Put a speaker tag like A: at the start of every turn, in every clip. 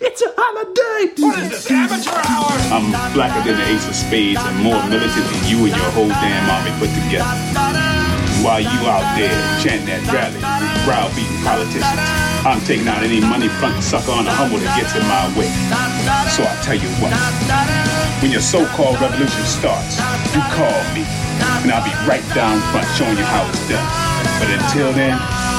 A: It's a holiday. What is this, amateur hour?
B: I'm blacker than the ace of spades and more militant than you and your whole damn army put together. While you out there chanting that rally, browbeating politicians, I'm taking out any money front sucker on the humble that gets in my way. So I tell you what, when your so-called revolution starts, you call me, and I'll be right down front showing you how it's done. But until then,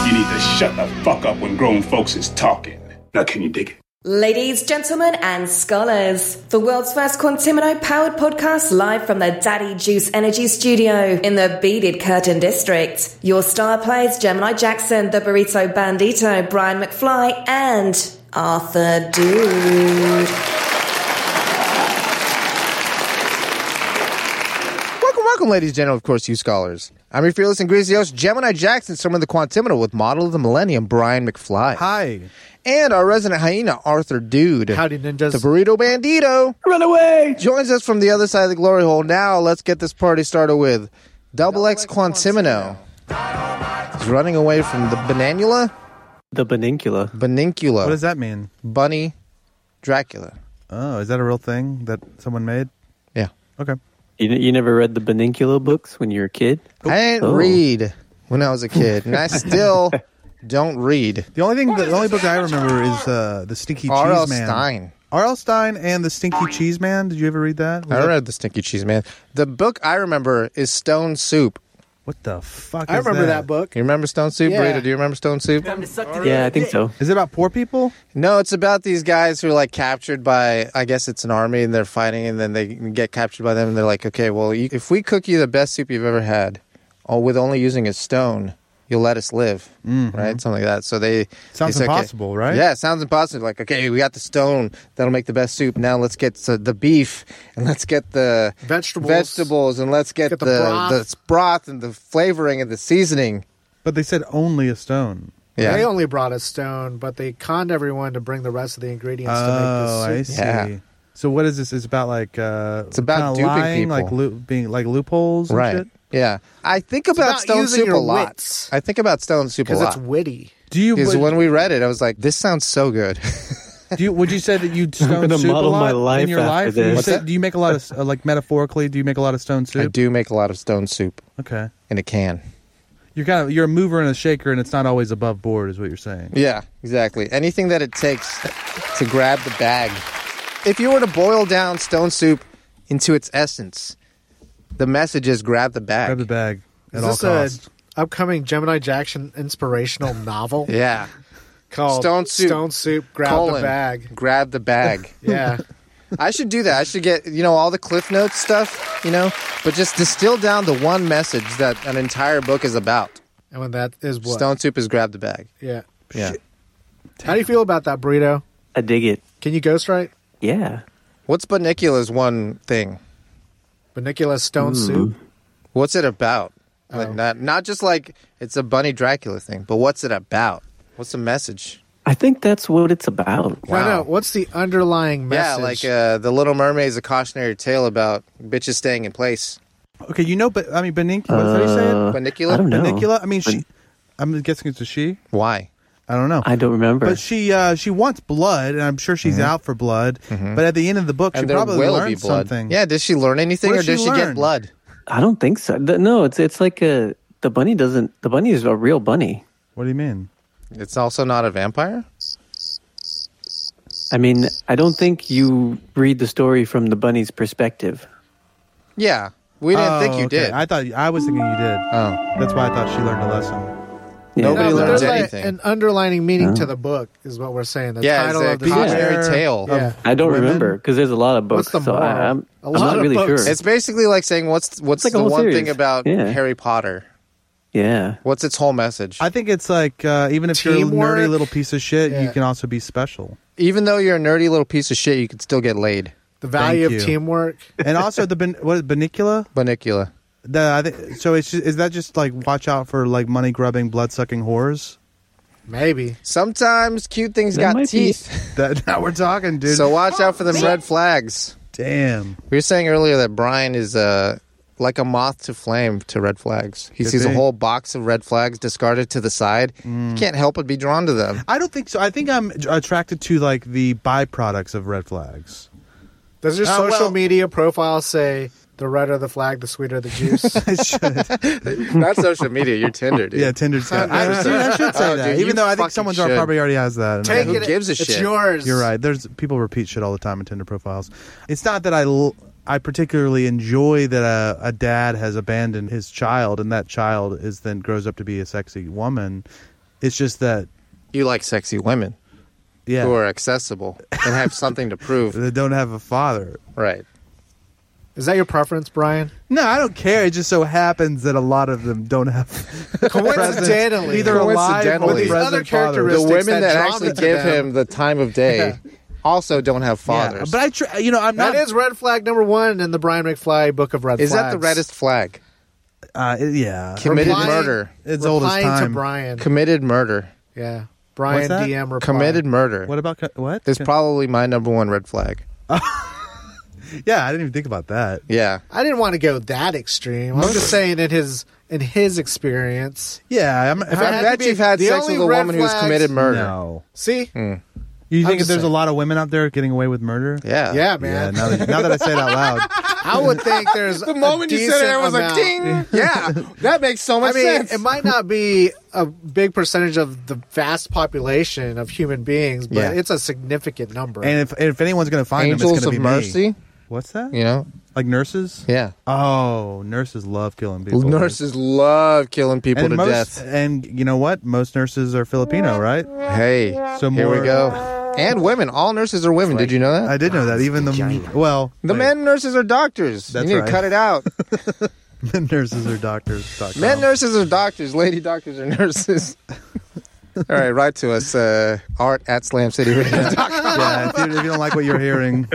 B: you need to shut the fuck up when grown folks is talking. Now can you dig it?
C: Ladies, gentlemen, and scholars, the world's first Quantimino powered podcast live from the Daddy Juice Energy Studio in the Beaded Curtain District. Your star players Gemini Jackson, the Burrito Bandito, Brian McFly, and Arthur Dude.
D: Welcome, welcome, ladies and gentlemen, of course, you scholars. I'm your fearless and greasy host, Gemini Jackson, some of the Quantimino with model of the millennium, Brian McFly.
E: Hi.
D: And our resident hyena, Arthur Dude.
E: Howdy, ninjas.
D: The burrito bandito
A: Run away.
D: joins us from the other side of the glory hole. Now let's get this party started with Double X Quantimino. He's running away from the Bananula,
F: The Banincula.
D: Banincula,
E: What does that mean?
D: Bunny, Dracula.
E: Oh, is that a real thing that someone made?
D: Yeah.
E: Okay.
F: You, you never read the Banincula books when you were a kid?
D: I didn't
F: Oh.
D: read when I was a kid, and I still don't read.
E: The only thing, the only book I remember is uh, the Stinky
D: R.L.
E: Cheese Man.
D: Stein.
E: R.L. Stein and the Stinky Cheese Man. Did you ever read that? Was
D: I
E: that-
D: read the Stinky Cheese Man. The book I remember is Stone Soup.
E: What the fuck?
G: I
E: is
G: remember
E: that
G: that book.
D: You remember Stone Soup,
G: Yeah.
D: Burrito? Do you remember Stone Soup?
F: Yeah, I think so.
E: Is it about poor people?
D: No, it's about these guys who are like captured by, I guess it's an army, and they're fighting, and then they get captured by them, and they're like, okay, well, you, if we cook you the best soup you've ever had, or with only using a stone, you'll let us live, right? Something like that. So they
E: Mm-hmm. Sounds
D: they say, okay-
E: impossible, right?
D: Yeah, it sounds impossible. Like, okay, we got the stone that'll make the best soup. Now let's get the, the beef, and let's get the
G: Vegetables.
D: vegetables, and let's get,
G: Get
D: the
G: the
D: the broth.
G: broth.
D: and the flavoring and the seasoning.
E: But they said only a stone.
D: Yeah,
G: They only brought a stone, but they conned everyone to bring the rest of the ingredients
E: Oh,
G: to make
E: I
G: this soup.
E: see.
D: Yeah.
E: So what is this? It's about like uh, it's
D: about duping
E: lying,
D: people.
E: like loop, being like loopholes, and
D: right.
E: shit?
D: Yeah, I think about,
G: about
D: Stone
G: using
D: Soup a
G: your
D: lot.
G: wits.
D: I think about Stone Soup a
G: Because it's
D: lot
G: witty.
E: Do you?
D: because
E: Would,
D: when we read it, I was like, "This sounds so good."
E: do you, would you say that you stone
F: gonna
E: soup a
F: model
E: lot
F: my
E: in
F: life
E: your
F: after
E: life? Do you
F: this. What's
E: say-
D: that?
E: do you make a lot of uh, like metaphorically? Do you make a lot of stone soup?
D: I do make a lot of Stone Soup
E: Okay.
D: in a can.
E: You're kind of you're a mover and a shaker, and it's not always above board, is what you're saying.
D: Yeah, exactly. Anything that it takes to grab the bag. If you were to boil down Stone Soup into its essence, the message is grab the bag.
E: Grab the bag at
G: Is
E: all
G: this
E: costs.
G: a upcoming Gemini Jackson inspirational novel
D: Yeah.
G: called
D: Stone Soup.
G: Stone Soup Grab
D: Colon,
G: the Bag?
D: Grab the bag.
G: Yeah.
D: I should do that. I should get, you know, all the Cliff Notes stuff, you know, but just distill down the one message that an entire book is about.
G: and when that is what?
D: Stone Soup is grab the bag.
G: Yeah.
D: Yeah.
G: How do you feel about that burrito?
F: I dig it.
G: Can you ghostwrite?
F: Yeah.
D: What's Banicula's one thing?
G: Banicola Stone
E: Hmm.
G: Soup?
D: What's it about?
E: Oh.
D: Like not not just like it's a bunny Dracula thing, but what's it about? What's the message?
F: I think that's what it's about.
G: No,
D: Wow.
G: no. What's the underlying message?
D: Yeah, like uh, the Little Mermaid is a cautionary tale about bitches staying in place.
E: Okay, you know, but I mean, Benincula. What's that you said?
D: Banicula?
F: Uh, I don't know.
E: Benicula. I mean, she. I'm guessing it's a she.
D: Why?
E: I don't know.
F: I Mm-hmm. don't remember.
E: but she uh, she wants blood, and I'm sure she's out for blood.
F: Mm-hmm.
E: But at the end of the book,
D: and
E: she
D: there
E: probably
D: will be
E: learned
D: blood.
E: something.
D: Yeah, did she learn anything
E: What
D: or
E: did
D: did
E: she
D: she, get
E: learn?
D: blood?
F: I don't think so. Th- No, it's it's like a the bunny doesn't the bunny is a real bunny.
E: What do you mean?
D: It's also not a vampire?
F: I mean, I don't think you read the story from the bunny's perspective.
D: Yeah. We didn't
E: Oh,
D: think you
E: okay.
D: did.
E: I thought I was thinking you did.
D: oh.
E: That's why I thought she learned a lesson.
F: Yeah.
D: Nobody
G: No, but
D: learns
G: there's like
D: anything.
G: an underlining meaning to the book is what we're saying. The
D: Yeah, it's
G: title
D: a
G: of the
D: cautionary
E: Yeah.
D: tale.
G: Yeah.
F: I don't
E: Women?
F: remember because there's a lot of
G: What's
F: books, so
G: the moral?
F: I, I'm,
G: A
F: I'm
G: lot
F: not
G: of
F: really
G: books.
F: sure.
D: It's basically like saying what's what's
F: like a
D: the
F: whole
D: one thing
F: series.
D: about
F: Yeah.
D: Harry Potter?
F: yeah,
D: What's its whole message?
E: I think it's like uh, even if you're a
G: Teamwork?
E: nerdy little piece of shit, you
G: Yeah.
E: can also be special.
D: Even though you're a nerdy little piece of shit, you could still get laid.
G: The value
E: Thank
G: of
E: you.
G: teamwork.
E: And also the ben- what is Benicula?
D: Banicula.
E: The, I think, so it's just, is that just like watch out for like money grubbing, blood sucking whores?
G: Maybe.
D: Sometimes cute things
F: That
D: got
F: might be- Oh,
D: teeth.
E: That now we're talking, dude.
D: so watch out for them red flags.
E: damn.
D: We were saying earlier that Brian is uh, like a moth to flame to red flags. He
E: Could
D: sees a
E: be.
D: whole box of red flags discarded to the side. He can't help but be drawn to them.
E: I don't think so. I think I'm attracted to like the byproducts of red flags.
G: Does your
D: Uh, well-
G: social media profile say the redder the flag, the sweeter the juice?
E: I should.
D: Not social media, you're Tinder, dude.
E: yeah, Tinder's got. I, dude, I should say
D: Oh,
E: that.
D: dude, you
E: Even though I
D: fucking
E: think someone's
D: should.
E: probably already has that. And
G: Take
D: Who
G: it.
D: gives a
G: it's
D: shit?
G: yours.
E: You're right. There's people repeat shit all the time in Tinder profiles. It's not that I l- I particularly enjoy that a, a dad has abandoned his child and that child is then grows up to be a sexy woman. It's just that
D: You like sexy women
E: yeah,
D: who are accessible and have something to prove.
E: they don't have a father.
D: Right.
G: Is that your preference, Brian?
E: No, I don't care. It just so happens that a lot of them don't have
G: Coincidentally,
E: either alive or
D: Coincidentally. With these
E: present
G: other
E: fathers.
D: The
G: Heuristics
D: women
G: that
D: that,
G: drawn
D: actually
G: it to
D: give
G: them.
D: him the time of day also don't have
E: Yeah,
D: fathers.
E: but I, tr- you know, I'm not.
G: that is red flag number one in the Brian McFly book of red
D: is
G: flags.
D: that the reddest flag?
E: uh, it- yeah,
D: Committed
G: Replying-
D: murder.
E: it's old as
G: Replying to
E: time.
G: Brian.
D: Committed murder.
G: yeah,
E: What's
G: Brian
E: that?
G: DM reply.
D: Committed murder.
E: What about co- what?
D: is probably my number one red flag.
E: yeah, I didn't even think about that.
D: Yeah.
G: I didn't want to go that extreme. I'm just saying in his in his experience.
E: Yeah, I'm, if
G: I
E: I'm
G: had
D: I
G: to
D: bet
G: be-
D: you've had
G: the
D: sex
G: only
D: with a
G: red
D: woman who's
G: flags-
D: committed murder.
E: No.
G: See,
E: Hmm. You think
G: just
E: that there's
G: saying.
E: a lot of women out there getting away with murder?
D: Yeah.
G: yeah,
E: Yeah,
G: man.
E: now that, now that I say it out loud.
G: I would think there's
D: The moment
G: a
D: you said it, I was
G: decent
D: like,
G: amount.
D: ding. Yeah. That makes so
G: I
D: much
G: mean,
D: sense.
G: it might not be a big percentage of the vast population of human beings, but
D: Yeah.
G: it's a significant number.
E: And if, if anyone's going to find them, it's
D: Angels
E: going
D: of
E: to be
D: mercy,
E: Me. What's that?
D: you know?
E: Like nurses?
D: Yeah.
E: Oh, nurses love killing people.
D: Nurses love killing people
E: and
D: to
E: most,
D: death.
E: And you know what? Most nurses are Filipino, right?
D: Hey,
E: So
D: here
E: more-
D: we go. And women. All nurses are women. Did you know that?
E: I did know that. Even the well,
D: the
E: wait,
D: men nurses are doctors.
E: That's
D: you need
E: right.
D: to cut it out.
E: men nurses are doctors. dot
D: men
E: com.
D: nurses are doctors. Lady doctors are nurses. All right, write to us. Uh, art at slamcityradio.com.
E: Yeah, if you, if you don't like what you're hearing,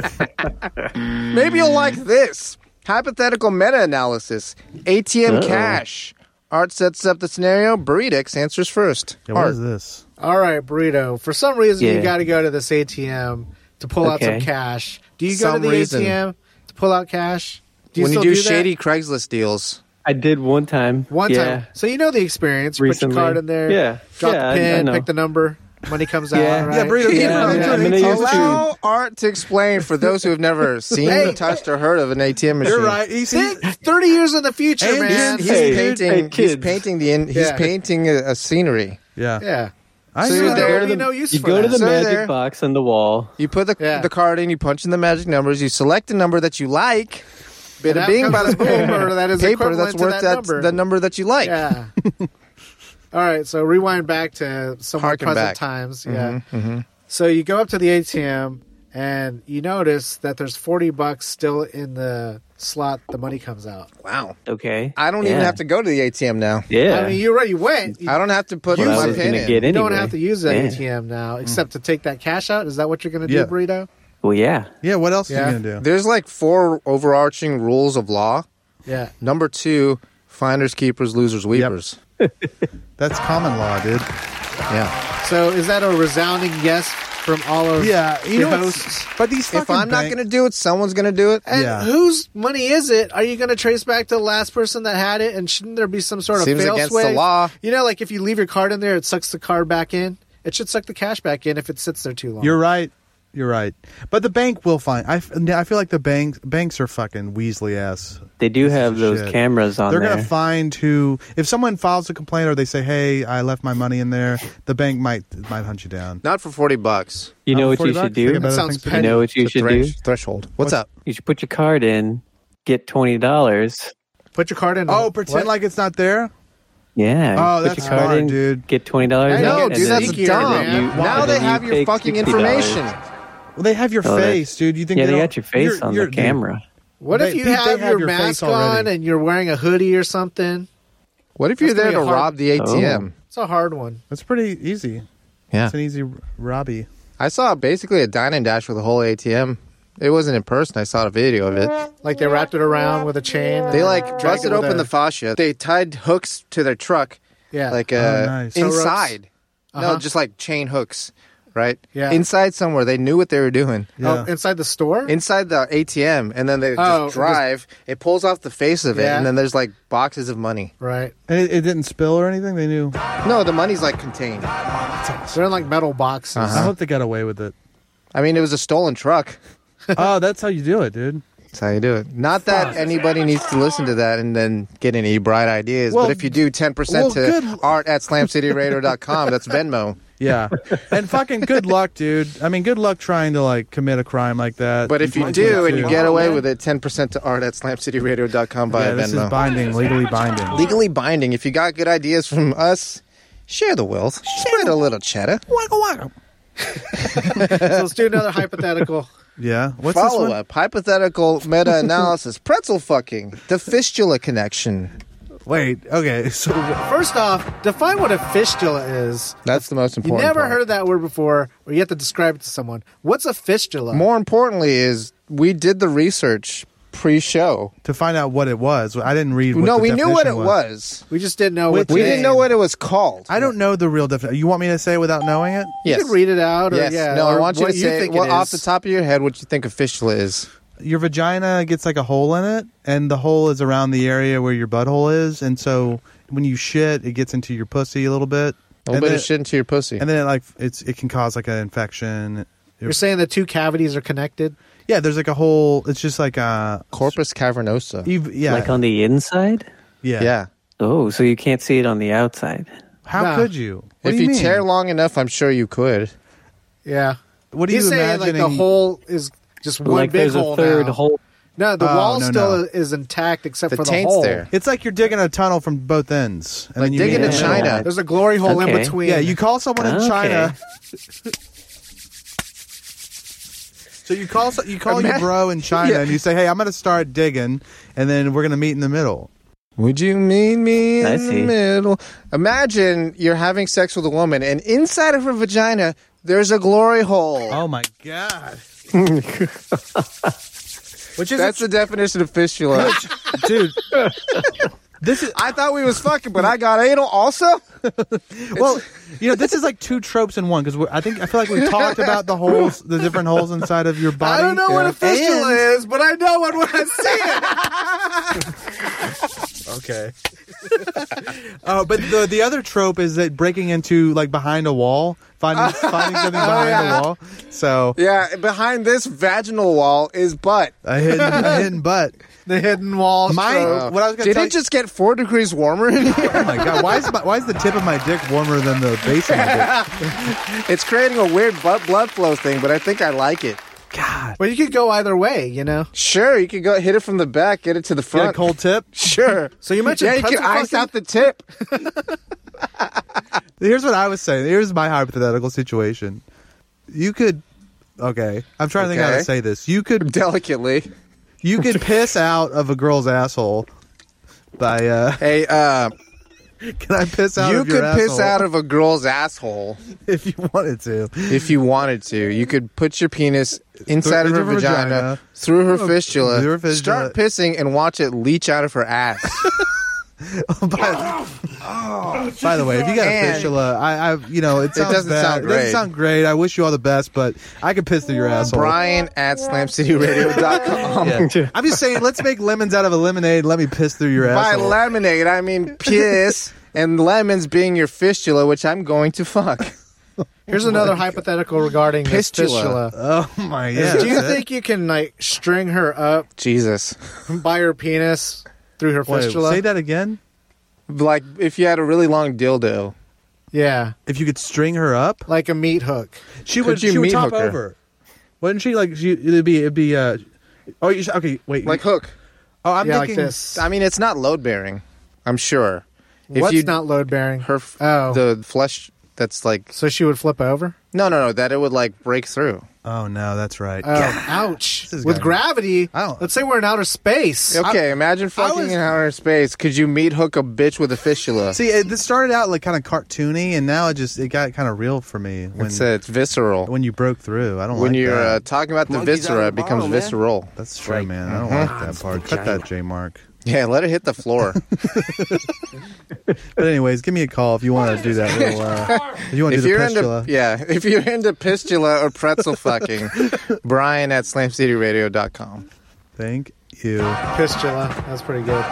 D: Maybe you'll like this hypothetical meta analysis. ATM
F: Uh-oh.
D: cash. Art sets up the scenario. Burritex answers first.
E: yeah, what
D: Art.
E: is this?
G: All right, burrito. For some reason, you
F: Yeah.
G: got to go to this ATM to pull out some
F: Okay.
G: cash. Do you
D: Some
G: go to the
D: reason.
G: ATM to pull out cash? Do
D: when you
G: still
D: do,
G: that?
D: shady Craigslist deals,
F: I did one time.
G: one
F: yeah.
G: time, so you know the experience. Put
F: Recently.
G: your card in there.
F: Yeah.
G: Drop
F: Yeah, I- I
G: the pin.
F: know.
G: pick the number. Money comes
F: Yeah.
G: out. Right?
F: Yeah,
E: burrito,
F: keep Yeah, it on yeah, I'm gonna use
D: Allow Art to explain for those who have never seen,
G: Hey.
D: touched, or heard of an ATM machine.
E: You're right. He's,
G: Think Thirty years in the future,
E: And
G: man.
D: He's
F: Hey,
D: painting.
F: hey,
D: he's
F: kids.
D: painting the. In, he's
G: Yeah.
D: painting a, a scenery.
E: yeah.
G: yeah.
E: I
D: So
E: knew
D: you're
E: that.
D: there.
G: There
D: to
G: would be
D: the-
G: no use
F: You
G: for
F: go
G: that.
F: to the
D: So
F: magic
D: there-
F: box on the wall.
D: You put the
G: Yeah.
D: the card in. You punch in the magic numbers. You select a number that you like.
G: And
D: Bada
G: out
D: bing,
G: comes
D: bada
G: the
D: boom.
G: paper that is
D: paper
G: equivalent
D: that's
G: to
D: worth
G: that
D: that
G: number.
D: the number that you like.
G: Yeah. All right, so rewind back to some more
D: Harken
G: present
D: back. Mm-hmm,
G: times. Yeah. So you go up to the ATM and you notice that there's 40 bucks still in the slot the money comes out.
D: Wow.
F: Okay.
D: I don't even
F: Yeah.
D: have to go to the ATM now.
F: Yeah.
G: I mean, you already went. You,
D: I don't have to put
F: What
D: my
F: I was
D: pin
F: gonna
D: in.
F: get
G: you
F: anyway.
G: don't have to use that
F: Yeah.
G: ATM
D: Mm.
G: now except to take that cash out. Is that what you're going to do,
E: Yeah.
G: Burrito?
F: Well, yeah.
E: Yeah, what else
G: Yeah.
E: are you gonna do?
D: There's like four overarching rules of law.
G: Yeah.
D: Number two, finders keepers, losers weepers.
E: That's common law, dude.
D: Yeah.
G: So is that a resounding yes from all of
E: Yeah, you
G: your
E: know, it's-
G: hosts?
E: but these
D: If
E: fucking
D: I'm not
E: bank-
D: going to do it, someone's going to do it. eh,
G: And
E: Yeah.
G: whose money is it? Are you going to trace back to the last person that had it? And shouldn't there be some sort of
D: Seems
G: fail
D: against the law.
G: You know, like if you leave your card in there, it sucks the card back in. It should suck the cash back in if it sits there too long.
E: You're right. You're right. But the bank will find. I, f- I feel like the banks banks are fucking Weasley ass.
F: They do have those
E: Shit.
F: cameras on
E: They're
F: there.
E: gonna find who. If someone files a complaint or they say, "Hey, I left my money in there," the bank might might hunt you down.
D: Not for 40 bucks.
F: you know
E: Oh,
F: what
E: 40
F: you should
E: bucks? Think
F: do?
E: about other
G: Sounds
E: things to
F: You
G: petty.
E: do.
F: know what you
D: It's a
F: should
D: thresh-
F: do?
D: threshold. What's up?
F: You should put your card in, get twenty dollars.
G: Put your card in.
E: Oh, pretend
G: What?
E: like it's not there.
F: Yeah.
E: Oh,
F: put
E: that's
F: your card
E: smart,
F: in,
E: dude.
F: Get twenty dollars.
G: I know,
D: No,
G: And
D: dude,
G: then
D: that's
G: you-
D: dumb.
G: and then you-
D: now
F: and
D: they
F: then you
D: have your
F: take
D: fucking
F: $60.
D: information.
E: Well, they have your
F: Oh, that-
E: face, dude. You think?
F: yeah,
E: they,
F: they,
E: don't-
F: got your face
E: you're-
F: on
E: you're-
F: the
E: dude,
F: camera.
G: what if
E: They-
G: you
E: they
G: have,
E: have
G: your,
E: your face
G: mask on
E: already.
G: and you're wearing a hoodie or something?
D: What if you're
G: That's
D: there to
G: gonna be a hard- Oh.
D: rob the ATM?
G: It's a hard one.
E: That's pretty easy.
D: Yeah.
E: It's an easy r- Robbie.
D: I saw basically a dine and dash with a whole ATM. It wasn't in person. I saw a video of it.
G: Like they wrapped it around with a chain.
D: They like
G: dragged
D: busted
G: it with
D: open
G: a-
D: the fascia. They tied hooks to their truck,
G: yeah.
D: like uh,
E: Oh, nice.
D: inside.
G: Tow
D: No,
G: ropes?
D: just like chain hooks. right?
G: Yeah.
D: Inside somewhere, they knew what they were doing.
E: Yeah.
G: Oh, inside the store?
D: Inside the ATM, and then they
G: Oh, it was-
D: just drive. It pulls off the face of it,
G: Yeah.
D: and then there's like boxes of money.
G: right.
E: And it, it didn't spill or anything. They knew.
D: No, the money's like contained.
G: They're in like metal boxes.
F: Uh-huh.
E: I
D: Uh-huh.
E: hope they got away with it.
D: I mean, it was a stolen truck.
E: oh, that's how you do it, dude.
D: That's how you do it. Not that anybody needs to listen to that and then get any bright ideas,
E: Well,
D: but if you do 10%
E: well,
D: to
E: good-
D: art at slamcityradio.com, that's Venmo.
E: Yeah. and fucking good luck, dude. I mean, good luck trying to like commit a crime like that.
D: But if
E: in
D: you do and you
E: 2022.
D: get away with it, 10% to art at slamcityradio.com via
E: yeah, this
D: Venmo.
E: is binding, legally binding.
D: Legally binding. If you got good ideas from us, share the wealth. Spread a little cheddar.
G: So let's do another hypothetical.
E: Yeah. What's this
D: Follow
E: one?
D: up. Hypothetical meta analysis. Pretzel fucking. The fistula connection.
E: Wait. Okay. So
G: First off, define what a fistula is.
D: That's the most
G: You
D: important.
G: never
D: part.
G: heard of that word before, or you have to describe it to someone. What's a fistula?
D: More importantly, is we did the research pre-show.
E: to find out what it was, I didn't read. What
D: no,
E: the
D: we knew what
E: definition
D: it was.
G: we just didn't know what
D: We
G: the
D: didn't
G: name-
D: know what it was called.
E: I don't know the real definition. You want me to say it without knowing it?
G: You
D: Yes.
G: could read it out, or
D: Yes.
G: yeah.
D: no, I
G: or
D: want you
G: what
D: to say
G: think
D: well,
G: it
D: off
G: is.
D: the top of your head what you think a fistula is.
E: Your vagina gets like a hole in it, and the hole is around the area where your butthole is, and so when you shit, it gets into your pussy a little bit.
D: A little
E: and
D: bit
E: then,
D: of shit into your pussy.
E: and then it like it's it can cause like an infection.
G: You're saying the two cavities are connected.
E: Yeah, there's like a whole. It's just like a
D: Corpus cavernosa.
E: you've, yeah,
F: Like on the inside?
E: yeah.
D: yeah.
F: Oh, so you can't see it on the outside.
E: How
G: Nah.
E: could you? What
D: if
E: do
D: you,
E: mean?
D: tear long enough, I'm sure you could.
G: Yeah.
E: what do
G: He's
E: you
G: saying
E: imagining?
G: like the hole is just one
F: like
G: big
F: there's
G: hole
F: a third
G: now.
F: hole.
G: No, the
E: Oh,
G: wall
E: no,
G: still
E: no.
G: is intact except
D: The
G: for the
D: taint's
G: hole.
D: there.
E: It's like you're digging a tunnel from both ends, and
D: Like
E: then you
D: digging
E: meet
D: a
E: in the middle.
D: China.
G: There's a glory hole in
F: Okay.
G: between.
E: Yeah, you call someone in
F: Okay.
E: China. So you call so- you call your bro in China and you say, "Hey, I'm going to start digging, and then we're going to meet in the middle."
D: Would you meet me in
F: I
D: the
F: see.
D: middle? Imagine you're having sex with a woman, and inside of her vagina, there's a glory hole.
E: Oh my god! Which is
D: That's the definition of fistula.
E: dude. This is
D: I thought we was fucking, but I got anal also.
E: well, you know, this is like two tropes in one because I think I feel like we talked about the holes, the different holes inside of your body.
G: I don't know what a fistula
E: And-
G: is, but I know it when I see it. okay.
E: Oh, but the the other trope is that breaking into like behind a wall, finding finding something behind
D: Oh, yeah.
E: a wall. So
D: Yeah, behind this vaginal wall is butt.
E: a hidden a hidden butt.
G: The hidden wall.
E: My
G: stroke.
E: what I was gonna
D: Did
E: tell
D: it just get four degrees warmer in here?
E: you, oh my god, why is my, why is the tip of my dick warmer than the base of my
D: It's creating a weird butt blood flow thing, but I think I like it.
E: dick? God,
G: Well, you could go either way, you know.
D: Sure, you could go hit it from the back, get it to the
E: get a
D: front.
E: cold tip.
D: Sure.
G: So you mentioned
D: yeah, you can
G: pretzel
D: ice
G: fucking-
D: out the tip.
E: Here's what I was saying. Here's my hypothetical situation. You could, okay, I'm trying to think how
D: Okay.
E: to say this. You could
D: delicately.
E: you could piss out of a girl's asshole by uh,
D: Hey, uh,
E: can I piss out?
D: you
E: of your
D: could piss
E: asshole
D: out of a girl's asshole
E: if you wanted to.
D: if you wanted to. You could put your penis inside
E: Through-
D: of her
E: through her
D: vagina,
E: vagina.
D: through her fistula,
E: through her fistula.
D: start pissing, and watch it leach out of her ass.
E: by,
G: Oh,
E: by the way, if you got a
D: And-
E: fistula, I, I, you know, it, sounds
D: doesn't
E: bad.
D: sound
E: It doesn't
D: great.
E: sound great. I wish you all the best, but I could piss through your asshole.
D: Brian at slamcityradio.com.
E: Yeah. I'm just saying, let's make lemons out of a lemonade. Let me piss through your
D: By
E: asshole.
D: lemonade, I mean piss, and lemons being your fistula, which I'm going to fuck.
G: Here's another hypothetical regarding this
D: Fistula.
G: fistula.
E: oh my god!
G: Do you think you can like string her up
D: Jesus.
G: by her penis through her
E: Wait,
G: fistula?
E: say that again?
D: Like, if you had a really long dildo.
G: Yeah,
E: If you could string her up,
G: like a meat hook.
E: she
D: Could
E: would.
D: you
E: She would
D: meat
E: top
D: hook her?
E: over. Wouldn't she? Like she? It'd be. It'd be. Uh, oh, you, okay. Wait.
D: Like hook.
E: oh, I'm
G: yeah,
E: thinking.
G: like this.
D: I mean, it's not load bearing, I'm sure. If
G: What's
D: you
G: not load bearing?
D: her f-
G: Oh.
D: the flesh that's like
G: so she would flip over.
D: no no no that it would like break through.
E: Oh no, that's right.
G: Oh, ouch!
E: is
G: With
E: gotta-
G: gravity,
E: I don't-
G: let's say we're in outer space.
D: Okay, imagine fucking
E: was-
D: in outer space. Could you meet hook a bitch with a fistula?
E: See, it, this started out like kind of cartoony, and now it just it got kind of real for me when
D: it's, uh, it's visceral. When,
E: when you broke through. I don't like
D: you're
E: that.
D: uh, talking about the
H: Monkey's out
D: viscera,
H: of
D: it
H: the
D: becomes
H: bottle, man.
D: visceral.
E: That's true, man. I don't like that part. Cut that, J Mark.
D: Yeah, let it hit the floor.
E: But anyways, give me a call if you want to do that. Little, uh, if you want to
D: if
E: do the
D: you're
E: pistula.
D: into yeah, if you're into pistula or pretzel fucking, Brian at slamcityradio.com.
E: Thank you,
G: Pistula. That's pretty good.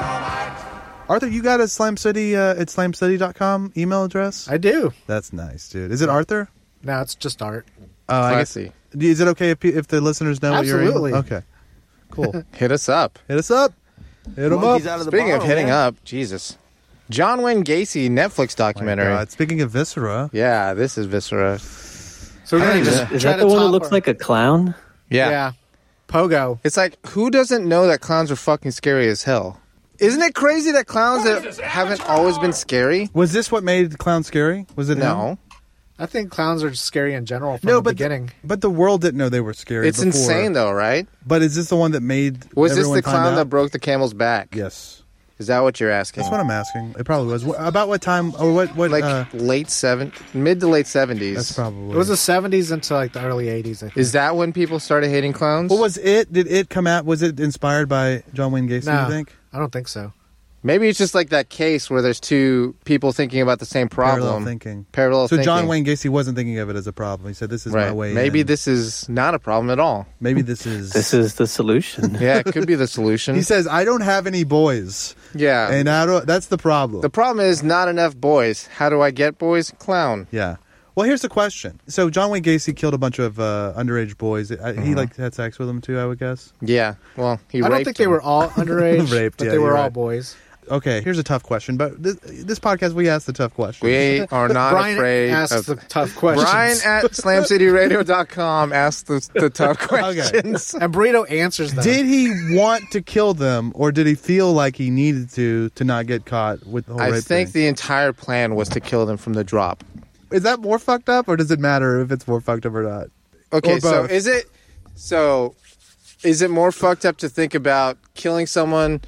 E: Arthur. You got a Slam City uh, at slamcity.com email address.
G: I do.
E: That's nice, dude. Is it Arthur?
G: Now it's just art.
E: Uh, I guess-
D: Classy.
E: Is it okay if, pe- if the listeners know what
G: Absolutely.
E: you're Okay. Cool.
D: Hit us up.
E: Hit us up. Hit 'em up.
H: Monkeys out of the
D: Speaking of
H: bottle,
D: hitting
H: man.
D: up, Jesus, John Wayne Gacy Netflix
E: My
D: documentary.
E: God, Speaking of viscera,
D: Yeah, this is viscera.
G: So we're gonna
D: Is
G: just
D: that-
F: Is
G: try
F: that
G: to
F: the one that
G: top
F: looks
G: our-
F: like a clown?
D: Yeah.
G: yeah, pogo.
D: it's like who doesn't know that clowns are fucking scary as hell? Isn't it crazy that clowns that haven't always been scary?
E: was this what made clown scary? Was it him?
D: No,
G: I think clowns are scary in general from
E: No,
G: the
E: but
G: beginning.
E: but the world didn't know they were scary.
D: it's
E: before.
D: insane though, right?
E: But is this the one that made?
D: Was this
E: everyone
D: the
E: find
D: clown
E: out?
D: that broke the camel's back?
E: Yes,
D: Is that what you're asking?
E: that's what I'm asking. It probably was. Wh- About what time or what? What?
D: like
E: uh,
D: late seven, mid to late seventies.
E: that's
G: It
E: probably.
G: was the seventies until like the early eighties. I think.
D: Is that when people started hating clowns?
E: What was it? Did it come out? Was it inspired by John Wayne Gacy?
G: no,
E: You think?
G: I don't think so.
D: Maybe it's just like that case where there's two people thinking about the same problem.
E: Parallel thinking.
D: Parallel
E: so John
D: thinking.
E: Wayne Gacy wasn't thinking of it as a problem. He said, "This is
D: Right.
E: my way."
D: Maybe
E: in.
D: this is not a problem at all.
E: Maybe this is.
F: This is the solution.
D: Yeah, it could be the solution.
E: He says, "I don't have any boys,
D: yeah.
E: and I don't." That's the problem.
D: the problem is not enough boys. How do I get boys? Clown.
E: Yeah. Well, here's the question. So John Wayne Gacy killed a bunch of uh, underage boys. I,
D: Mm-hmm.
E: He like had sex with them too, I would guess.
D: Yeah. Well, he
G: I
D: raped
G: don't think they
D: him.
G: were all underage,
E: Raped,
G: but
E: yeah,
G: they were
E: you're
G: all
E: right.
G: boys.
E: Okay, here's a tough question, but this, this podcast we ask the tough question.
D: We are not
G: Brian
D: afraid
G: asks
D: of
G: the tough questions,
D: Brian at slamcityradio.com asked the, the tough questions.
G: and Burrito answers them.
E: did he want to kill them, or did he feel like he needed to to not get caught with the whole
D: I
E: rape
D: think
E: thing?
D: the entire plan was to kill them from the drop.
E: is that more fucked up, or does it matter if it's more fucked up or not?
D: Okay,
E: Or
D: so
E: both.
D: is it so is it more fucked up to think about killing someone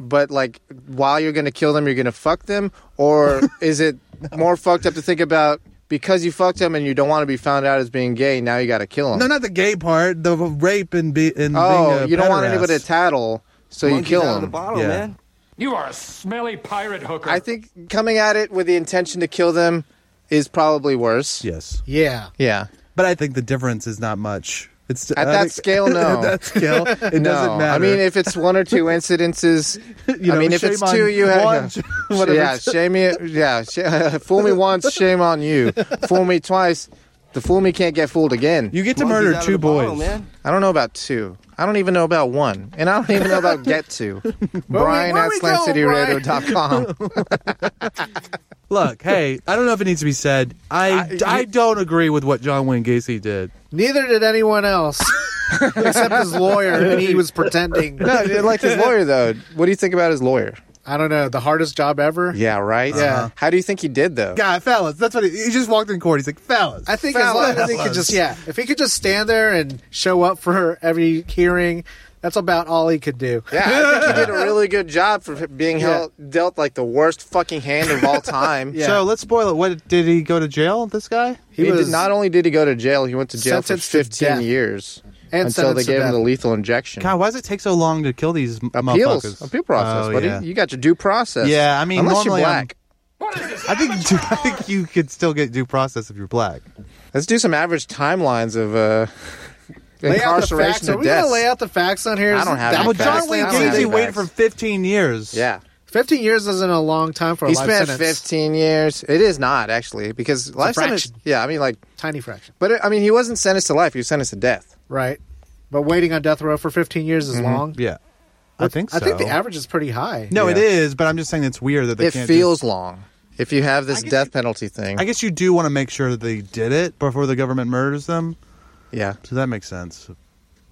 D: but like while you're going to kill them you're going to fuck them or is it more fucked up to think about because you fucked them and you don't want to be found out as being gay now you got to kill them.
E: No, not the gay part, the rape and be and
D: oh,
E: being a
D: you don't want
E: pederast.
D: anybody to tattle so you
H: Monkeys
D: kill
H: out of the
D: them.
H: bottle,
E: Yeah.
H: man.
A: You are a smelly pirate hooker.
D: I think coming at it with the intention to kill them is probably worse.
E: yes,
G: yeah,
D: Yeah.
E: but I think the difference is not much. It's
D: At that scale, no.
E: at that scale, it
D: no,
E: doesn't matter.
D: I mean, if it's one or two incidences,
E: You
D: I
E: know,
D: mean, if
E: shame
D: it's
E: on
D: two, you
E: one,
D: have
E: whatever
D: yeah,
E: it's-
D: shame you, yeah, sh- fool me once, shame on you. Fool me twice, the fool me can't get fooled again.
E: you get to
H: Monkeys
E: murder
H: out of
E: two
H: the
E: boys.
H: bottle, man.
D: I don't know about two. I don't even know about one, and I don't even know about get to. Brian
G: where
D: at
G: we going, Brian?
D: slamcityradio.com.
E: Look, hey, I don't know if it needs to be said. I, I, don't agree with what John Wayne Gacy did.
G: neither did anyone else except his lawyer, and he was pretending.
D: no, you like his lawyer though. What do you think about his lawyer?
G: I don't know. The hardest job ever.
D: Yeah, right. Uh-huh.
G: Yeah.
D: How do you think he did though?
E: God, fellas, that's what he, he just walked in court. He's like, fellas.
G: I think as long as he could just yeah, if he could just stand there and show up for every hearing, that's about all he could do.
D: Yeah, I think he did a really good job for being held, dealt like the worst fucking hand of all time.
G: Yeah.
E: So let's spoil it. What did he go to jail? This guy?
D: He,
G: He
D: did,
G: was-
D: not only did he go to jail, he went to jail for
G: Sentenced to
D: 15
G: death.
D: years
G: And
D: until they
G: sentenced to
D: gave him
G: death.
D: the lethal injection.
E: God, why does it take so long to kill these m-
D: Appeals,
E: motherfuckers?
D: appeal process,
E: Oh,
D: buddy.
E: yeah.
D: You got your due process.
E: Yeah, I mean,
D: unless you're
E: normally I'm-
D: black.
E: I think I think you could still get due process if you're black.
D: Let's do some average timelines of uh,
G: Lay out the facts.
D: incarceration
G: Are
D: of
G: we gonna
D: deaths.
G: lay out the facts on here?
D: I don't have any
G: That
E: Well,
G: would-
D: facts.
E: John Wayne
D: I don't have
E: Gacy
D: any
E: waited for
D: facts.
E: 15 years.
D: yeah.
G: Fifteen years isn't a long time for a
D: He
G: life
D: spent
G: sentence.
D: 15 years. It is not, actually, because life sentence.
G: fraction.
D: Yeah, I mean, like,
G: Tiny fraction,
D: but it, I mean, he wasn't sentenced to life. He was sentenced to death.
G: right? But waiting on death row for fifteen years is
D: Mm-hmm.
G: long.
E: Yeah. I think so.
G: I think the average is pretty high.
E: No, it
D: Yeah.
E: is, but I'm just saying it's weird that they
D: it
E: can't do
D: feels long if you have this
E: guess
D: death
E: you-
D: penalty thing.
E: I guess you do want to make sure that they did it before the government murders them.
D: yeah,
E: So that makes sense.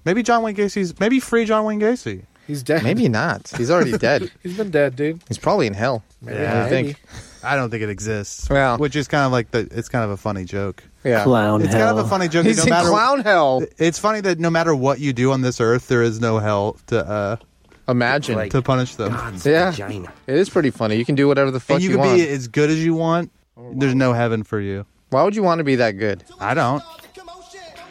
E: Maybe John Wayne Gacy's maybe free John Wayne Gacy.
G: he's dead.
D: maybe not. He's already dead.
G: he's been dead, dude.
D: He's probably in hell.
E: Yeah.
D: I
G: Maybe.
D: think.
E: I don't think it exists.
D: Well-
E: which is kind of like the it's kind of a funny joke.
D: Yeah.
F: Clown
E: It's
F: hell.
E: kind of a funny joke. that
D: He's
E: no
D: in
E: matter,
D: clown hell.
E: It's funny that no matter what you do on this earth, there is no hell to uh,
D: Imagine.
H: Like-
E: to punish them.
D: yeah.
H: Vagina.
D: It is pretty funny. You can do whatever the fuck
E: and you,
D: you,
E: can
D: want.
E: be as good as you want. There's no heaven for you.
D: Why would you want to be that good?
E: I don't.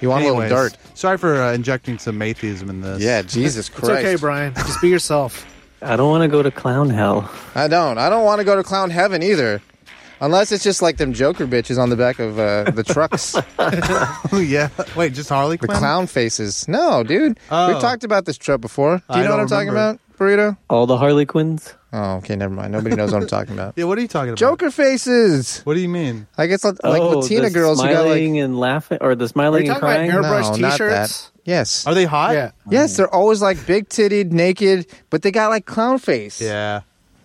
D: You want
E: Anyways,
D: a little dirt.
E: Sorry for uh, injecting some atheism in this.
D: Yeah, Jesus
G: It's
D: Christ.
G: okay, Brian. Just be yourself.
F: I don't want to go to clown hell.
D: I don't. I don't want to go to clown heaven either. Unless it's just like them Joker bitches on the back of uh, the trucks, the
E: Oh yeah. Wait, just Harley Quinn.
D: clown faces. No, dude.
E: Oh.
D: We've talked about this trope before. Do
E: I
D: you know what I'm
E: don't
D: talking about,
E: remember.
D: Burrito?
F: All the Harley Quinns.
D: Oh, okay, never mind. Nobody knows what I'm talking about.
E: Yeah. What are you talking about?
D: Joker faces.
E: What do you mean?
D: Like it's like like
F: oh,
D: Latina
F: the
D: girls who got like
F: smiling and laughing, or the
G: Are you
F: smiling and
G: talking
F: crying.
G: about airbrush
D: no, not
G: t-shirts?
D: that. Yes,
E: Are they hot?
G: Yeah.
D: yes. They're always like big titted, naked, but they got like clown face.
E: Yeah.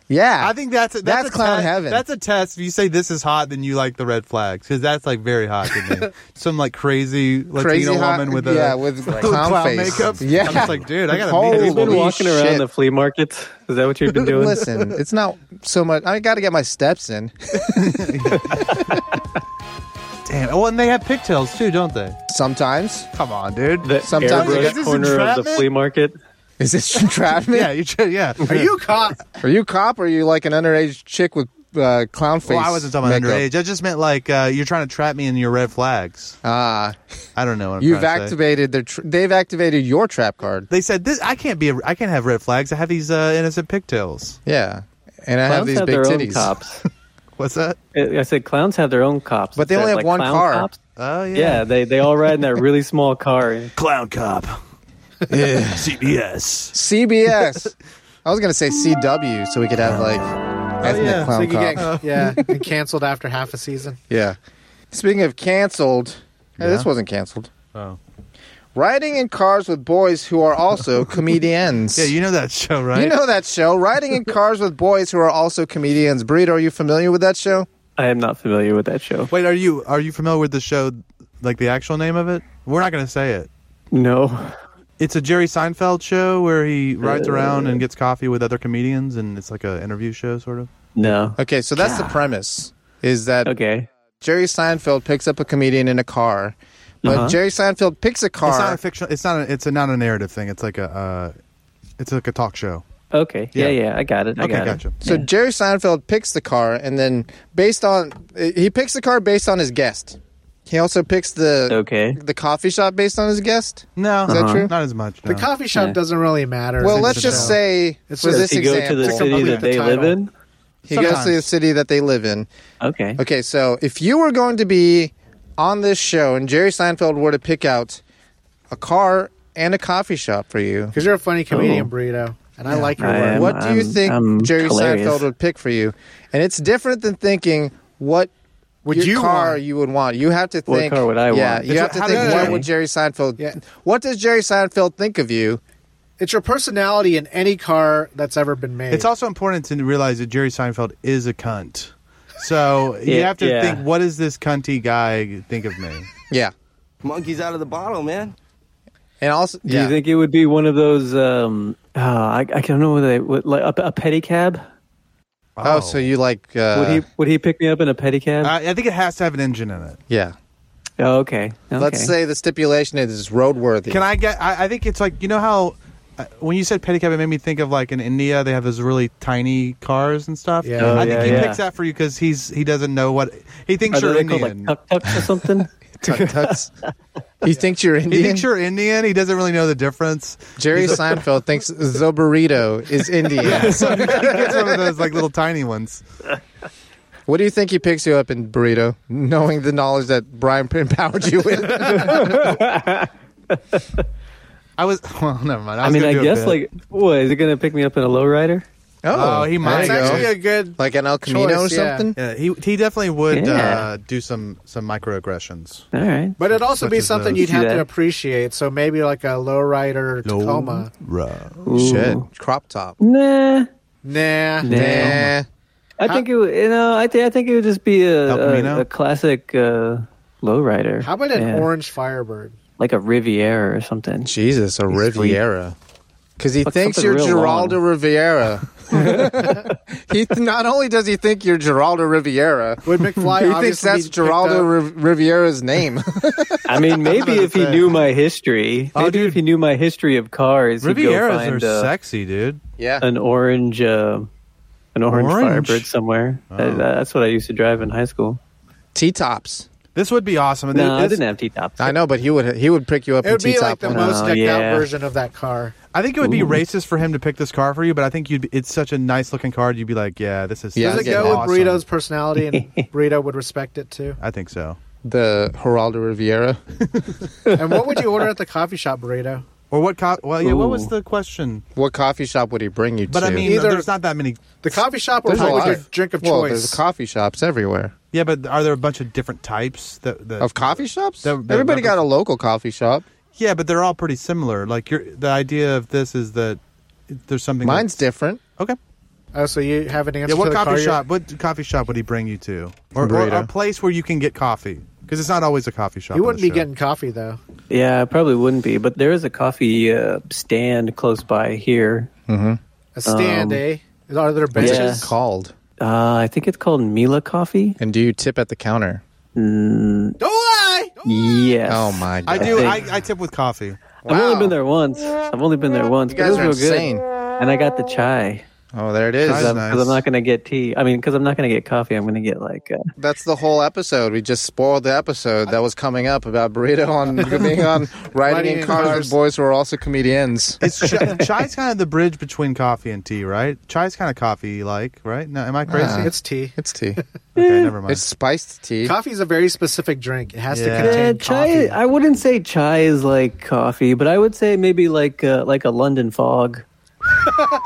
D: yeah.
E: I think that's that's,
D: That's
E: a
D: clown
E: test-
D: heaven.
E: That's a test. If you say this is hot, then you like the red flags because that's like very hot to me. Some like crazy Latina
D: Crazy hot-
E: woman with a
D: yeah, with clown face.
E: makeup.
D: Yeah.
E: I'm just like, dude, I gotta
D: Holy-
E: meet
F: You've
E: these
F: been
D: Holy
F: walking
D: shit.
F: around the flea markets. Is that what you've been doing?
D: Listen, it's not so much. I got to get my steps in.
E: Damn. Well, and they have pigtails too, don't they?
D: Sometimes
E: Come on, dude.
F: the
D: Sometimes-
E: Is this
F: airbrush corner of the
E: entrapment?
F: flea market.
D: is this entrapment?
E: yeah, you. tr- Yeah.
G: Are you caught?
D: Are you a cop or are you like an underage chick with uh, clown face?
E: Well, I wasn't talking about
D: makeup?
E: underage. I just meant like uh, you're trying to trap me in your red flags.
D: Ah,
E: I don't know. What I'm
D: you've
E: trying to say.
D: activated their. Tr- they've activated your trap card.
E: They said this. I can't be. A, I can't have red flags. I have these uh, innocent pigtails.
D: Yeah, and I have
F: Clowns
D: these
F: have
D: big
F: their own
D: titties.
F: cops.
E: What's that?
F: I I said clowns have their own cops,
D: But they only
F: Instead,
D: have one
F: like clown
D: car.
F: Cops.
E: Oh
F: Yeah. they they all ride in that really small car.
E: Clown cop. CBS.
D: CBS. I was gonna say CW, so we could have like ethnic
E: Oh, yeah.
G: So
D: clown
G: you
D: cop.
G: get, yeah, and canceled after half a season.
D: yeah. Speaking of canceled, hey, this wasn't canceled.
E: Oh.
D: Riding in cars with boys who are also comedians.
E: Yeah, you know that show, right?
D: You know that show, Riding in Cars with Boys Who Are Also Comedians. Breed, are you familiar with that show?
F: I am not familiar with that show.
E: Wait, are you are you familiar with the show? Like the actual name of it? We're not going to say it.
F: No,
E: It's a Jerry Seinfeld show where he rides around and gets coffee with other comedians, and it's like an interview show, sort of.
F: no.
D: Okay, so that's the premise is that
F: Okay.
D: Jerry Seinfeld picks up a comedian in a car, but
F: Uh-huh.
D: Jerry Seinfeld picks a
E: It's not
D: car.
E: a fictional. It's not. A, it's a, not a narrative thing. It's like a. Uh, it's like a talk show.
F: Okay. Yeah.
E: Yeah.
F: Yeah. I got it. I
E: okay,
F: got
E: gotcha.
F: It.
D: so Jerry Seinfeld picks the car, and then based on he picks the car based on his guest. He also picks the
F: Okay.
D: the coffee shop based on his guest.
E: No,
D: Is that Uh-huh. true?
E: Not as much.
G: The
E: no.
G: coffee shop
F: Yeah.
G: doesn't really matter.
D: Well,
G: It's
D: let's just
G: a-
D: say
G: It's
D: for
G: just-
D: this
F: Does he go to
D: example,
F: the city
G: complete
F: that they
G: the
F: live
G: title.
F: in?
D: he goes to the
E: Sometimes.
D: city that they live in.
F: Okay.
D: Okay, so if you were going to be on this show and Jerry Seinfeld were to pick out a car and a coffee shop for you,
G: Because you're a funny comedian,
F: Oh.
G: burrito, and I like your
F: I
G: work.
F: am.
D: what do you
F: I'm-
D: think
F: I'm
D: Jerry
F: hilarious.
D: Seinfeld would pick for you? And it's different than thinking what
G: Would
D: your
G: you
D: car
G: want?
D: you would want. You have to
F: What
D: think.
F: car would I
D: yeah,
F: want?
D: you
G: It's
D: have
G: a-
D: to
G: how
D: think.
G: does
D: What
G: Jerry-
D: would Jerry Seinfeld?
G: Yeah.
D: What does Jerry Seinfeld think of you?
G: It's your personality in any car that's ever been made.
E: It's also important to realize that Jerry Seinfeld is a cunt. So you
F: Yeah,
E: have to
F: yeah.
E: think, what does this cunty guy think of me?
D: Yeah,
H: Monkey's out of the bottle, man.
D: and also
F: Do
D: yeah.
F: you think it would be one of those? Um, uh, I, I don't know. What they, what, like a, a pedicab?
D: oh, so you like? Uh,
F: Would he Would he pick me up in a pedicab?
E: I, I think it has to have an engine in it.
D: yeah.
F: oh, okay. okay.
D: Let's say the stipulation is it's roadworthy.
E: Can I get? I, I think it's like you know how uh, when you said pedicab, it made me think of like in India they have those really tiny cars and stuff.
G: Yeah. Oh,
E: I think
F: yeah,
E: he
F: yeah.
E: picks that for you because he's he doesn't know what he thinks
F: Are
E: you're
F: they called like
E: Indian.
F: tuk tuks or something?
D: Tuts. he thinks you're Indian.
E: he thinks you're Indian. He doesn't really know the difference.
D: Jerry Seinfeld thinks the burrito is Indian.
E: So he gets one of those like little tiny ones.
D: what do you think he picks you up in burrito, knowing the knowledge that Brian empowered you with?
E: I was well, never mind. I,
F: I
E: was
F: mean,
E: gonna
F: I
E: do a
F: guess
E: bit.
F: like, what is it going to pick me up in a lowrider?
E: Oh, he might
G: It's
D: there you
G: actually
D: go.
G: a good.
D: like an El Camino
G: Choice,
D: or
G: yeah.
D: something.
E: Yeah, he he definitely would
F: Yeah.
E: uh, do some some microaggressions.
F: All right.
G: But it'd also
E: Such
G: be
E: as
G: something
E: those.
G: you'd have
F: Yeah.
G: to appreciate. So maybe like a lowrider Tacoma.
D: Shit,
F: Ooh.
D: crop top.
F: Nah.
G: Nah.
F: Nah.
D: Nah.
F: I think it would, you know, I, th- I think it would just be a,
E: El Camino?
F: a, a classic uh, lowrider.
G: How about an
F: Yeah.
G: orange Firebird?
F: Like a Riviera or something.
D: Jesus, a Riviera. Because he
F: Fuck,
D: thinks you're
F: something real
D: Geraldo
F: long.
D: Riviera. he not only does he think you're Geraldo Riviera,
G: Would McFly?
D: he
G: obviously
D: thinks that's
G: be picked up?
D: Geraldo Ri- Riviera's name.
F: I mean, maybe if he knew my history, maybe if he knew my history of cars,
E: Rivieras
F: he'd go
E: are
F: find uh,
E: sexy, dude.
D: yeah.
F: an orange, uh, an orange, Oh.
E: Orange?
F: Firebird somewhere. That- that's what I used to drive in high school.
D: T tops.
E: This would be awesome. And
F: No, I
E: this-
F: didn't have T tops.
D: I know, but he would he would pick you up
G: It
D: and
G: would be
D: T
G: like
D: top
G: the
D: one.
G: most
F: Oh,
G: decked out
F: yeah.
G: version of that car.
E: I think it would be racist for him to pick this car for you, but I think you'd. Be, it's such a nice looking card. You'd be like, yeah, this is.
D: Yeah,
E: this is
G: Does it
D: getting
G: go
E: awesome.
G: with Burrito's personality, and Burrito would respect it too?
E: I think so.
D: the Geraldo Riviera.
G: And what would you order at the coffee shop, Burrito?
E: Or what? Co- well, yeah. What was
F: Ooh.
E: the question?
D: What coffee shop would he bring you
E: But
D: to?
E: I mean,
G: Either-
E: there's not that many.
G: The coffee shop or
D: there's a
G: what would
D: lot
G: your
D: of-
G: drink of
D: well,
G: choice?
D: There's coffee shops everywhere.
E: Yeah, but are there a bunch of different types that, that
D: Of coffee shops?
E: That- that
D: Everybody got
E: represent-
D: a local coffee shop.
E: Yeah, but they're all pretty similar. Like your the idea of this is that there's something. that-
D: Mine's different.
E: okay.
G: oh, so you have an answer
E: Yeah,
G: to
E: what
G: the
E: coffee
G: car you're-
E: shop? What coffee shop would he bring you to, or, or
D: Burrito.
E: a place where you can get coffee? Because it's not always a coffee shop.
G: You
E: on
G: wouldn't
E: the
G: be
E: show.
G: getting coffee though.
F: Yeah, I probably wouldn't be, but there is a coffee uh, stand close by here.
G: A stand,
F: Um,
G: eh? Are there benches?
F: Yeah.
D: It's called.
F: Uh, I think it's called Mila Coffee.
D: And do you tip at the counter?
G: Don't lie.
F: Yes.
D: Oh my
E: I
D: god.
E: do.
F: think-
E: I, I tip with coffee.
F: I've only been there once. I've only been there once.
D: You
F: but
D: guys
F: it
D: are
F: was real
D: insane.
F: good. And I got the chai
D: Oh, there it is.
E: Guys,
F: because I'm,
E: Nice.
F: 'cause I'm not going to get tea. I mean, because I'm not going to get coffee. I'm going to get like. Uh,
D: That's the whole episode. We just spoiled the episode that was coming up about burrito on being on riding in
G: in
D: cars
G: cars.
D: with boys who are also comedians.
E: It's chai, chai's kind of the bridge between coffee and tea, right? Chai's kind of coffee like, right? No, am I crazy?
G: It's tea.
D: It's tea.
E: okay, never mind.
D: It's spiced tea.
G: Coffee is a very specific drink. It has
E: Yeah.
G: to contain
F: Eh,
G: coffee.
F: chai. I wouldn't say chai is like coffee, but I would say maybe like uh, like a London fog,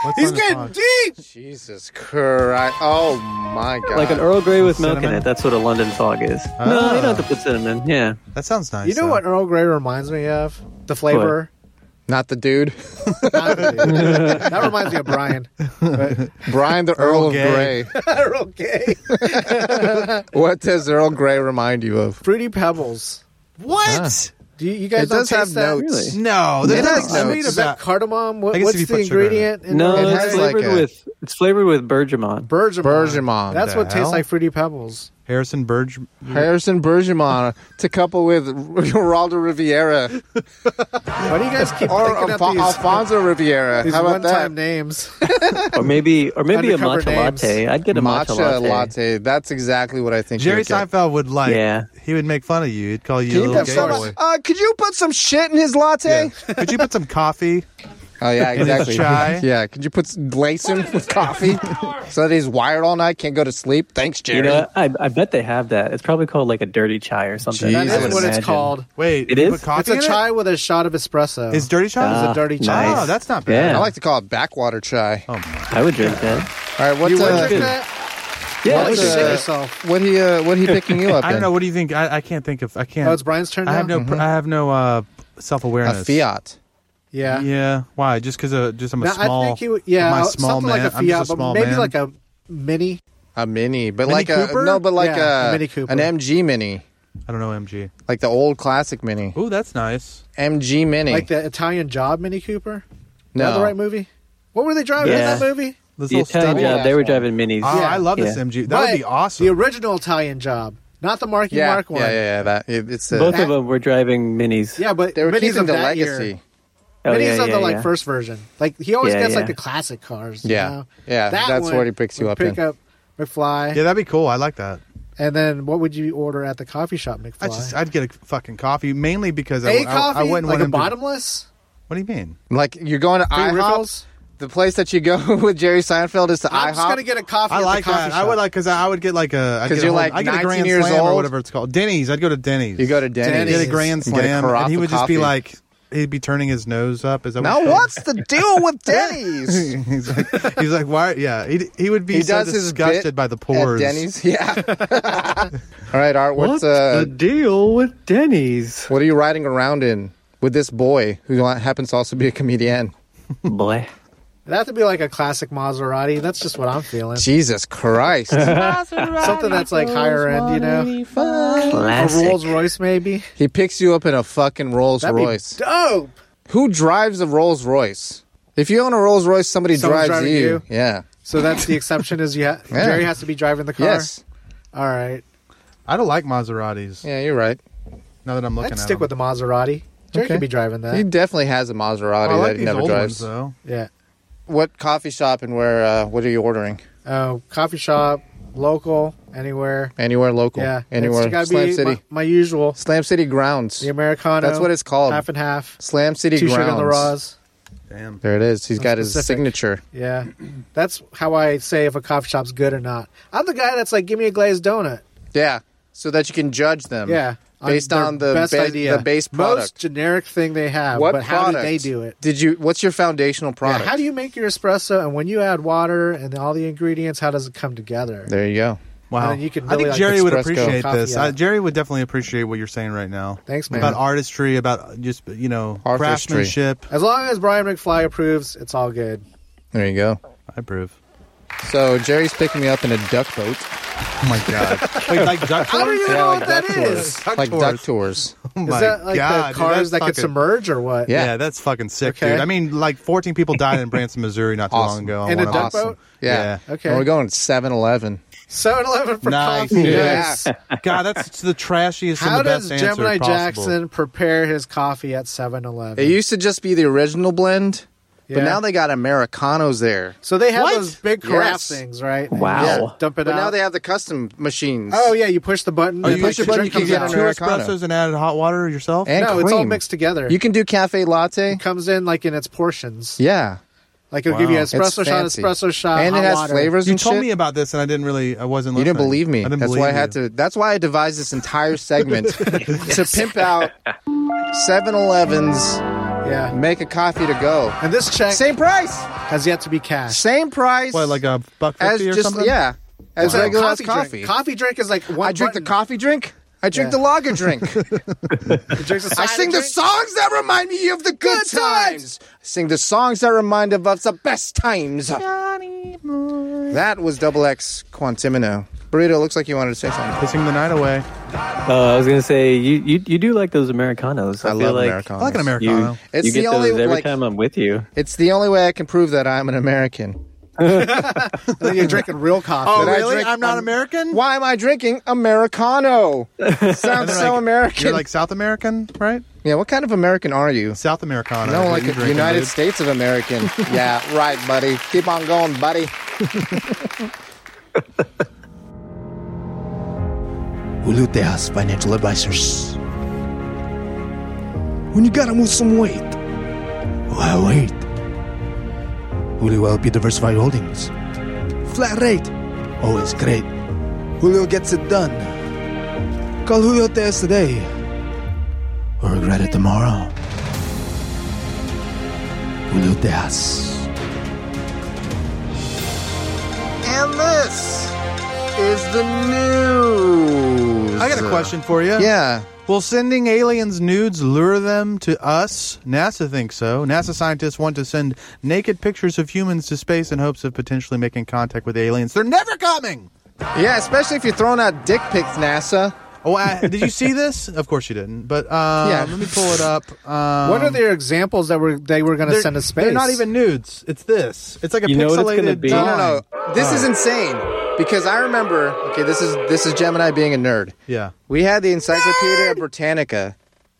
E: What's
G: He's
E: on the
G: getting
E: box?
G: deep.
D: Jesus Christ! Oh my God!
F: like an Earl Grey with milk in
E: Cinnamon?
F: it. That's what a London fog is. No, you don't have to put cinnamon. Yeah,
E: That sounds nice.
G: You know
E: though.
G: what Earl Grey reminds me of? The flavor.
D: Not the dude,
G: Not really. that reminds me of Brian.
D: Brian the Earl,
E: Earl
D: of
E: Gay.
D: Grey.
G: Earl Grey.
D: What does Earl Grey remind you of?
G: Fruity Pebbles.
E: What?
G: Do you, you guys
D: It does
G: don't
D: have
G: taste that?
D: notes.
F: Really?
E: No,
D: It has
E: there's nothing
D: notes.
E: sweet
G: Is that
E: about.
G: cardamom? What,
E: I guess if you
G: what's the
E: put sugar in it.
G: ingredient? In
F: no,
G: Earl
D: It
G: Grey?
F: it's
D: has, like,
F: flavored
D: a-
F: with it's flavored with bergamot.
G: Bergamot.
D: Bergamot.
G: That's
E: The
G: what tastes
E: hell?
G: like Fruity Pebbles.
E: Harrison Burge.
D: Harrison Bergamot to couple with Geraldo Riviera
G: Why do you guys keep
D: or
G: thinking
D: Alfo-
G: up these,
D: Alfonso Riviera.
G: these
D: How about that?
G: one-time names?
F: or maybe or maybe a
G: Undercover
F: matcha
G: names.
F: latte. I'd get a matcha,
D: Matcha latte.
F: latte.
D: That's exactly what I think. you
E: Jerry
D: would get.
E: Seinfeld would like.
F: Yeah.
E: He would make fun of you. He'd call you a
D: Can you
E: little
D: put
E: gay
D: some-
E: boy.
D: uh, could you put some shit in his latte?
E: Could you put some coffee?
D: Oh yeah,
E: his
D: exactly.
E: chai.
D: yeah, could you put s- lace him with coffee so that he's wired all night, can't go to sleep? Thanks, Jerry.
F: You know, what? I, I bet they have that. It's probably called like a dirty chai or something.
D: Jeez.
F: I
G: That
F: would
G: is what
F: imagine.
G: it's called.
E: Wait,
F: It
E: you
F: is?
E: Put coffee
G: It's a
E: in it?
G: chai with a shot of espresso.
E: Is dirty chai?
G: It's
F: Ah,
G: a dirty chai.
F: nice.
E: Oh, that's not bad.
D: I
F: Yeah.
D: like to call it backwater chai.
E: Oh my.
F: I would drink that.
D: All right, what's
G: you would
D: uh,
G: drink
F: good.
G: that?
F: Yeah,
G: Oh,
F: I would
D: what's,
G: shit
F: drink
D: uh,
F: that.
G: yourself.
D: what he uh, what he picking you up?
E: I don't
D: in?
E: know. What do you think? I, I can't think of. I can't.
G: Oh, it's Brian's turn
E: I have
G: now? Mm-hmm.
E: no. pr I have no uh, self awareness.
D: A Fiat.
G: Yeah.
E: Yeah. Why? Just because uh, just I'm a
G: Now,
E: small.
G: I think he would, yeah,
E: my small
G: something
E: man.
G: like a
E: I'm
G: Fiat,
E: just a small
G: but maybe
E: man.
G: like a mini.
D: A mini, but
E: Mini
D: like
E: Cooper?
D: a no, but like
G: Yeah,
D: a,
G: a Mini Cooper.
D: an MG mini,
E: I don't know. MG.
D: like the old classic mini,
E: Oh, that's nice.
D: MG mini.
G: Like the Italian Job Mini Cooper? Is that
D: no,
G: the right movie? What were they driving
F: Yeah.
G: in that movie?
E: This
F: The
E: little
F: Italian
E: stubby.
D: job.
F: job, they were driving minis.
E: Oh,
G: Yeah.
E: I love this
F: Yeah.
E: MG. That would
G: But
E: be awesome.
G: The original Italian Job, not the Marky
D: yeah,
G: Mark one.
D: yeah, yeah, yeah. That it, it's a,
F: Both of them were driving minis.
G: Yeah, but
D: they were
G: minis
D: keeping
G: of
D: the
G: that
D: legacy.
G: Year,
F: Oh,
G: minis
F: yeah,
G: of
F: yeah,
G: the like
F: yeah.
G: first version. Like he always
F: Yeah,
G: gets like
F: yeah.
G: the classic cars.
D: Yeah.
G: you know?
D: Yeah,
G: That
D: that's
G: one
D: what he picks you
G: would
D: up
G: Pick
D: in.
G: up McFly,
E: Yeah, that'd be cool. I like that.
G: and then what would you order at the coffee shop, McFly?
E: I just I'd get a fucking coffee mainly because I
G: a
E: I-
G: coffee,
E: I wouldn't
G: like
E: want
G: a
E: him to-
G: bottomless,
E: What do you mean?
D: Like you're going to
G: free
D: IHOP.
G: riffles.
D: The place that you go with Jerry Seinfeld is to
G: I'm
D: IHOP.
G: just gonna get a coffee.
E: I
G: at
E: like
G: the coffee
E: that. I
G: Shop.
E: would like because I, I would get like a I'd
D: 'Cause
E: get
D: you're
E: a whole-
D: like
E: I'd get
D: 19
E: a grand
D: years
E: slam or
D: old.
E: whatever it's called. Denny's. I'd go to Denny's.
D: you go to Denny's.
E: get a grand
D: You get a
E: slam,
D: carafe
E: and he
D: of
E: would just be
D: coffee.
E: like he'd be turning his nose up. Is that
D: Now
E: what
D: what's the deal with Denny's?
E: he's like, he's like, why? Yeah, he he would be
D: He
E: so
D: does his
E: disgusted
D: bit
E: by the
D: At
E: pores.
D: Denny's, yeah. All right, Art. What's
F: What's
D: uh,
F: the deal with Denny's?
D: what are you riding around in with this boy who happens to also be a comedian?
F: Boy.
G: that to be like a classic Maserati. That's just what I'm feeling.
D: Jesus Christ!
G: Something that's like higher end, you know, a Rolls Royce maybe.
D: he picks you up in a fucking Rolls
G: That'd
D: Royce.
G: be dope.
D: who drives a Rolls Royce? If you own a Rolls Royce, somebody
G: Someone's
D: drives
G: driving
D: you.
G: you?
D: Yeah.
G: So that's the exception is you ha-
D: Yeah.
G: Jerry has to be driving the car.
D: Yes.
G: All right.
E: I don't like Maseratis.
D: Yeah, you're right.
E: Now that I'm looking
G: I'd
E: at
G: stick
E: them.
G: with the Maserati. Jerry
D: Okay.
G: could be driving that.
D: He definitely has a Maserati
E: I like
D: that he
E: these
D: never
E: old
D: drives.
E: ones though.
G: yeah.
D: what coffee shop and where? Uh, what are you ordering?
G: Oh, coffee shop. local, anywhere.
D: Anywhere local.
G: Yeah,
D: Anywhere.
G: It's gotta
D: Slam
G: be
D: City.
G: My, my usual,
D: Slam City grounds.
G: the Americano.
D: That's what it's called.
G: Half and half.
D: Slam City
G: Two
D: grounds.
G: sugar on the raws.
E: Damn.
D: There it is. He's got his
G: specific.
D: signature.
G: Yeah, that's how I say if a coffee shop's good or not. I'm the guy that's like, give me a glazed donut.
D: Yeah. So that you can judge them.
G: Yeah,
D: Um, Based
G: their
D: on the
G: best
D: ba-
G: idea,
D: the base
G: most
D: product.
G: generic thing they have.
D: what
G: but how
D: product
G: do they do it?
D: Did you? What's your foundational
G: Yeah,
D: product?
G: how do you make your espresso? And when you add water and all the ingredients, how does it come together?
D: There you go.
E: Wow.
G: And then you could
E: I
G: really,
E: think
G: like,
E: Jerry would
D: Express
E: appreciate
G: go.
E: this.
G: Coffee, yeah.
E: Uh, Jerry would definitely appreciate what you're saying right now.
G: Thanks, man.
E: About artistry, about just you know
D: Artistry.
E: craftsmanship.
G: As long as Brian McFly approves, it's all good.
D: There you go.
E: I approve.
D: So Jerry's picking me up in a duck boat.
E: Oh my god. Wait, like duck
G: How do you
D: Yeah,
G: know
D: like
G: what that
D: duck
G: is?
D: tours. Like duck tours.
E: Oh my
G: Is that like
E: god,
G: the
E: dude,
G: cars
E: that's
G: that could
E: fucking-
G: submerge or what?
D: Yeah.
E: Yeah. that's fucking sick,
G: Okay.
E: dude. I mean, like 14 people died in Branson, Missouri, not too
D: Awesome.
E: long ago. on
G: In a
E: one of
G: duck
E: them.
G: boat?
D: Yeah.
E: Yeah.
G: Okay.
D: And we're going 7 Eleven.
G: 7 Eleven for
E: Nice,
G: coffee.
E: dude.
G: Yes.
E: God, that's the trashiest
G: How
E: and the best
G: does
E: answer
G: Gemini
E: possible.
G: Jackson prepare his coffee at 7 Eleven?
D: It used to just be the original blend,
G: Yeah.
D: but now they got Americanos there.
G: So they have
D: What?
G: those big
D: Yes.
G: craft things, right?
F: Wow.
G: Yeah. Dump it
D: But
G: out.
D: now they have the custom machines.
G: oh, yeah. You push the button.
E: Oh,
G: and
E: you
G: like,
E: push your
G: the
E: button, you
G: drink
E: can get
G: comes out.
E: two
D: Americano.
E: espressos and add hot water yourself?
D: And
G: No,
D: cream.
G: it's all mixed together.
D: You can do cafe latte.
G: it comes in like in its portions.
D: Yeah.
G: Like it'll give you
E: Wow.
G: an
E: It's
G: espresso shot,
D: fancy.
G: espresso shot,
D: and it
G: hot
D: has
G: water.
D: flavors.
E: you
D: and
E: told
D: shit.
E: me about this, and I didn't really, I wasn't
D: You
E: listening.
D: didn't believe me.
E: I didn't
D: that's
E: believe
D: why I had
E: you.
D: to. That's why I devised this entire segment to pimp out 7-Elevens,
G: Yeah.
D: make a coffee to go.
G: And this check
D: Same price,
G: has yet to be cashed.
D: same price.
E: What, like a buck
D: as
E: fifty or
D: just
E: something?
D: yeah, as
G: It's like
D: regular as
G: drink.
D: coffee.
G: Coffee drink is like one.
D: I drink
G: button.
D: the coffee drink. I drink
G: Yeah.
D: the lager drink.
G: It drinks a
D: I
G: side
D: sing the
G: drink.
D: songs that remind me of the good, times. I sing the songs that remind of us the best times. That was Double X Quantimino. Burrito, looks like you wanted to say something.
E: Pissing the night away.
D: Oh,
F: Uh, I was gonna say you, you you do like those Americanos. I,
D: I
F: feel
D: love
F: like
D: Americano.
E: I like an Americano. Uh-huh.
F: You,
D: It's
F: you
D: the
F: get
D: only,
F: those every
D: like-
F: time I'm with you.
D: It's the only way I can prove that I'm an American.
G: And then you're drinking real coffee.
E: oh,
D: Did I
E: really?
D: drink-
E: I'm not
D: I'm-
E: American?
D: Why am I drinking Americano? Sounds so
E: like,
D: American.
E: You're like South American, right?
D: yeah, what kind of American are you?
E: South Americano.
D: No, like
E: What you
D: a
E: drinking,
D: United
E: dude?
D: States of American. yeah, right, buddy. Keep on going, buddy.
I: Uluteas Financial Advisors. When you gotta lose some weight, why wait? Julio LP Diversified Holdings. Flat rate, always Oh, great. Julio gets it done. Call Julio Teas today, or regret it tomorrow. Julio Teas.
D: And this is the news.
E: I got a question for you.
D: Yeah.
E: Will sending aliens nudes lure them to us? NASA thinks so. NASA scientists want to send naked pictures of humans to space in hopes of potentially making contact with aliens. They're never coming.
D: Yeah, especially if you're throwing out dick pics, NASA.
E: Oh, I, did you see this? Of course you didn't. But um,
D: Yeah.
E: let me pull it up. Um,
G: What are their examples that were they were going to
E: they're-
G: send to space?
E: They're not even nudes. It's this. It's like a
F: You
E: pixelated.
F: know what it's gonna be?
D: No, no, no. This is insane because I remember. Okay, this is this is Gemini being a nerd.
E: Yeah.
D: We had the Encyclopedia Britannica,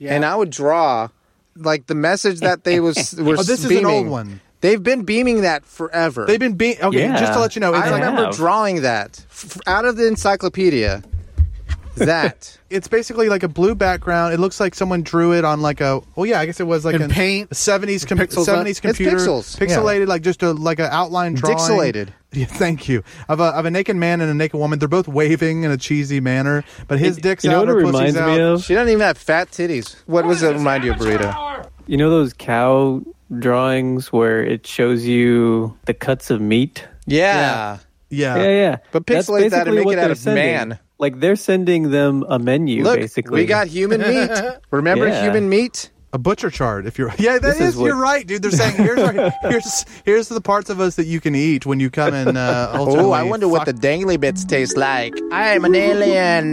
D: and I would draw like the message that they was were
E: Oh, this is an
D: beaming.
E: old one.
D: They've been beaming that forever.
E: They've been being okay.
F: Yeah.
E: Just to let you know, it's,
D: I
F: they
D: remember
F: have.
D: drawing that f- out of the encyclopedia. That
E: it's basically like a blue background. It looks like someone drew it on like a. Well, yeah, I guess it was like
G: In
E: an-
G: paint?
E: a seventies com-
G: Pixels up?
E: seventies
D: uh, It's
E: computer
D: pixels, yeah.
E: pixelated, like just a like an outline drawing.
D: Pixelated.
E: Yeah, thank you. Of a of a naked man and a naked woman. They're both waving in a cheesy manner, but his dick's
F: you know
E: out.
F: what it
E: her pussy's
F: reminds
E: out.
F: me of?
D: she doesn't even have fat titties. What was it remind you of, burrito?
F: You know those cow drawings where it shows you the cuts of meat.
D: Yeah.
E: Yeah.
F: yeah, yeah.
D: Uh, But
F: That's
D: pixelate that and
F: basically
D: make
F: what
D: it out
F: they're
D: of
F: sending.
D: man.
F: Like they're sending them a menu.
D: Look,
F: basically,
D: we got human meat. Remember
F: Yeah.
D: human meat?
E: A butcher chart. If you're yeah, that
F: This
E: is,
F: is what-
E: you're right, dude. They're saying here's our, here's here's the parts of us that you can eat when you come and uh,
D: Oh,
E: ultimately.
D: I wonder what the
E: fuck-
D: dangly bits taste like. I'm an alien.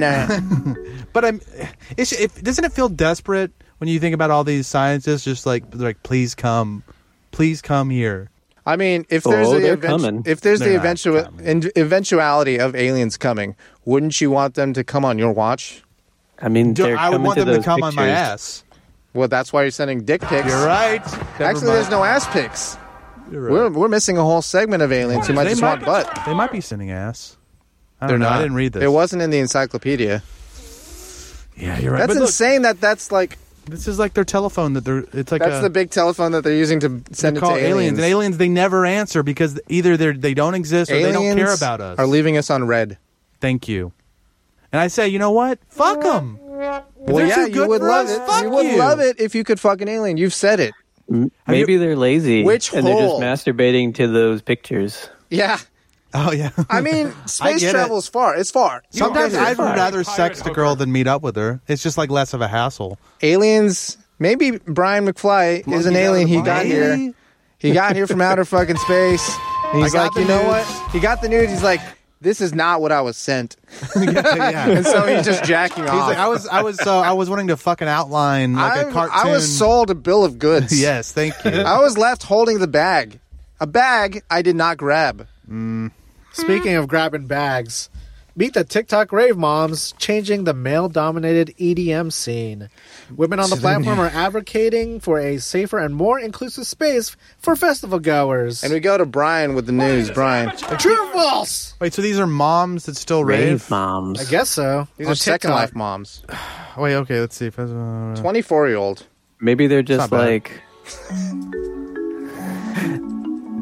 E: But I'm. It's, it, doesn't it feel desperate when you think about all these scientists just like they're like please come, please come here.
D: I mean, if there's
F: Oh,
D: the
F: they're
D: eventu-
F: coming.
D: if there's
E: They're
D: the
E: not
D: eventual
E: coming.
D: in- eventuality of aliens coming, wouldn't you want them to come on your watch?
F: I mean,
E: Do-
F: they're
E: I would
F: coming
E: want
F: to
E: them to
F: those
E: come on my
F: pictures.
E: ass.
D: Well, that's why you're sending dick pics.
E: You're right.
D: Actually, there's no ass pics.
E: You're
D: We're, we're missing a whole segment of aliens who might
E: They
D: just
E: might-
D: want butt.
E: They might be sending ass. I
D: They're
E: don't know.
D: not.
E: I didn't read this.
D: It wasn't in the encyclopedia.
E: Yeah, you're right.
D: That's
E: but look,
D: insane. that that's like
E: this is like their telephone that they're. It's like
D: that's
E: a,
D: the big telephone that they're using to send
E: they
D: it to
E: call
D: aliens.
E: And aliens, they never answer because either they they don't exist or they don't care
D: Aliens
E: about us.
D: Are leaving us on red?
E: Thank you. And I say, you know what? Fuck them.
D: Well,
E: they're
D: yeah,
E: too
D: you
E: good
D: would
E: for
D: love
E: us.
D: it.
E: Fuck
D: you would
E: you.
D: love it if you could fuck an alien. You've said it.
F: Maybe they're lazy
D: Which
F: and they're just
D: hole?
F: masturbating to those pictures.
D: Yeah.
E: Oh yeah.
D: I mean, space
E: get it.
D: travel's far. It's far.
E: Sometimes
D: It's
E: I'd
D: far.
E: rather
A: Pirate
E: sext a
A: hooker.
E: girl than meet up with her. It's just like less of a hassle.
D: aliens. Maybe Brian McFly is an
H: Monkey
D: alien. He
H: down the
D: got
H: mine.
D: here. He got here from outer fucking space. And he's
E: got
D: like,
E: the
D: you know
E: news."
D: what? He got the news. He's like, this is not what I was sent.
E: yeah.
D: And so he's just jacking
E: He's
D: off.
E: like, I was, I was, uh, I was wanting to fucking outline like a
D: I'm-
E: cartoon.
D: I was sold a bill of goods.
E: Yes, thank you.
D: I was left holding the bag. A bag I did not grab.
E: Mm.
G: Speaking of grabbing bags, meet the TikTok rave moms changing the male dominated EDM scene. Women on the platform are advocating for a safer and more inclusive space for festival goers.
D: And we go to Brian with the news. Brian.
G: True or false?
E: Wait, so these are moms that still rave?
F: Rave moms.
G: I guess so.
D: These
G: On
D: are Second
G: TikTok.
D: Life moms.
E: Oh, wait, okay, let's see. If I-
D: 24 year old.
F: Maybe they're
E: not
F: just
E: bad.
F: like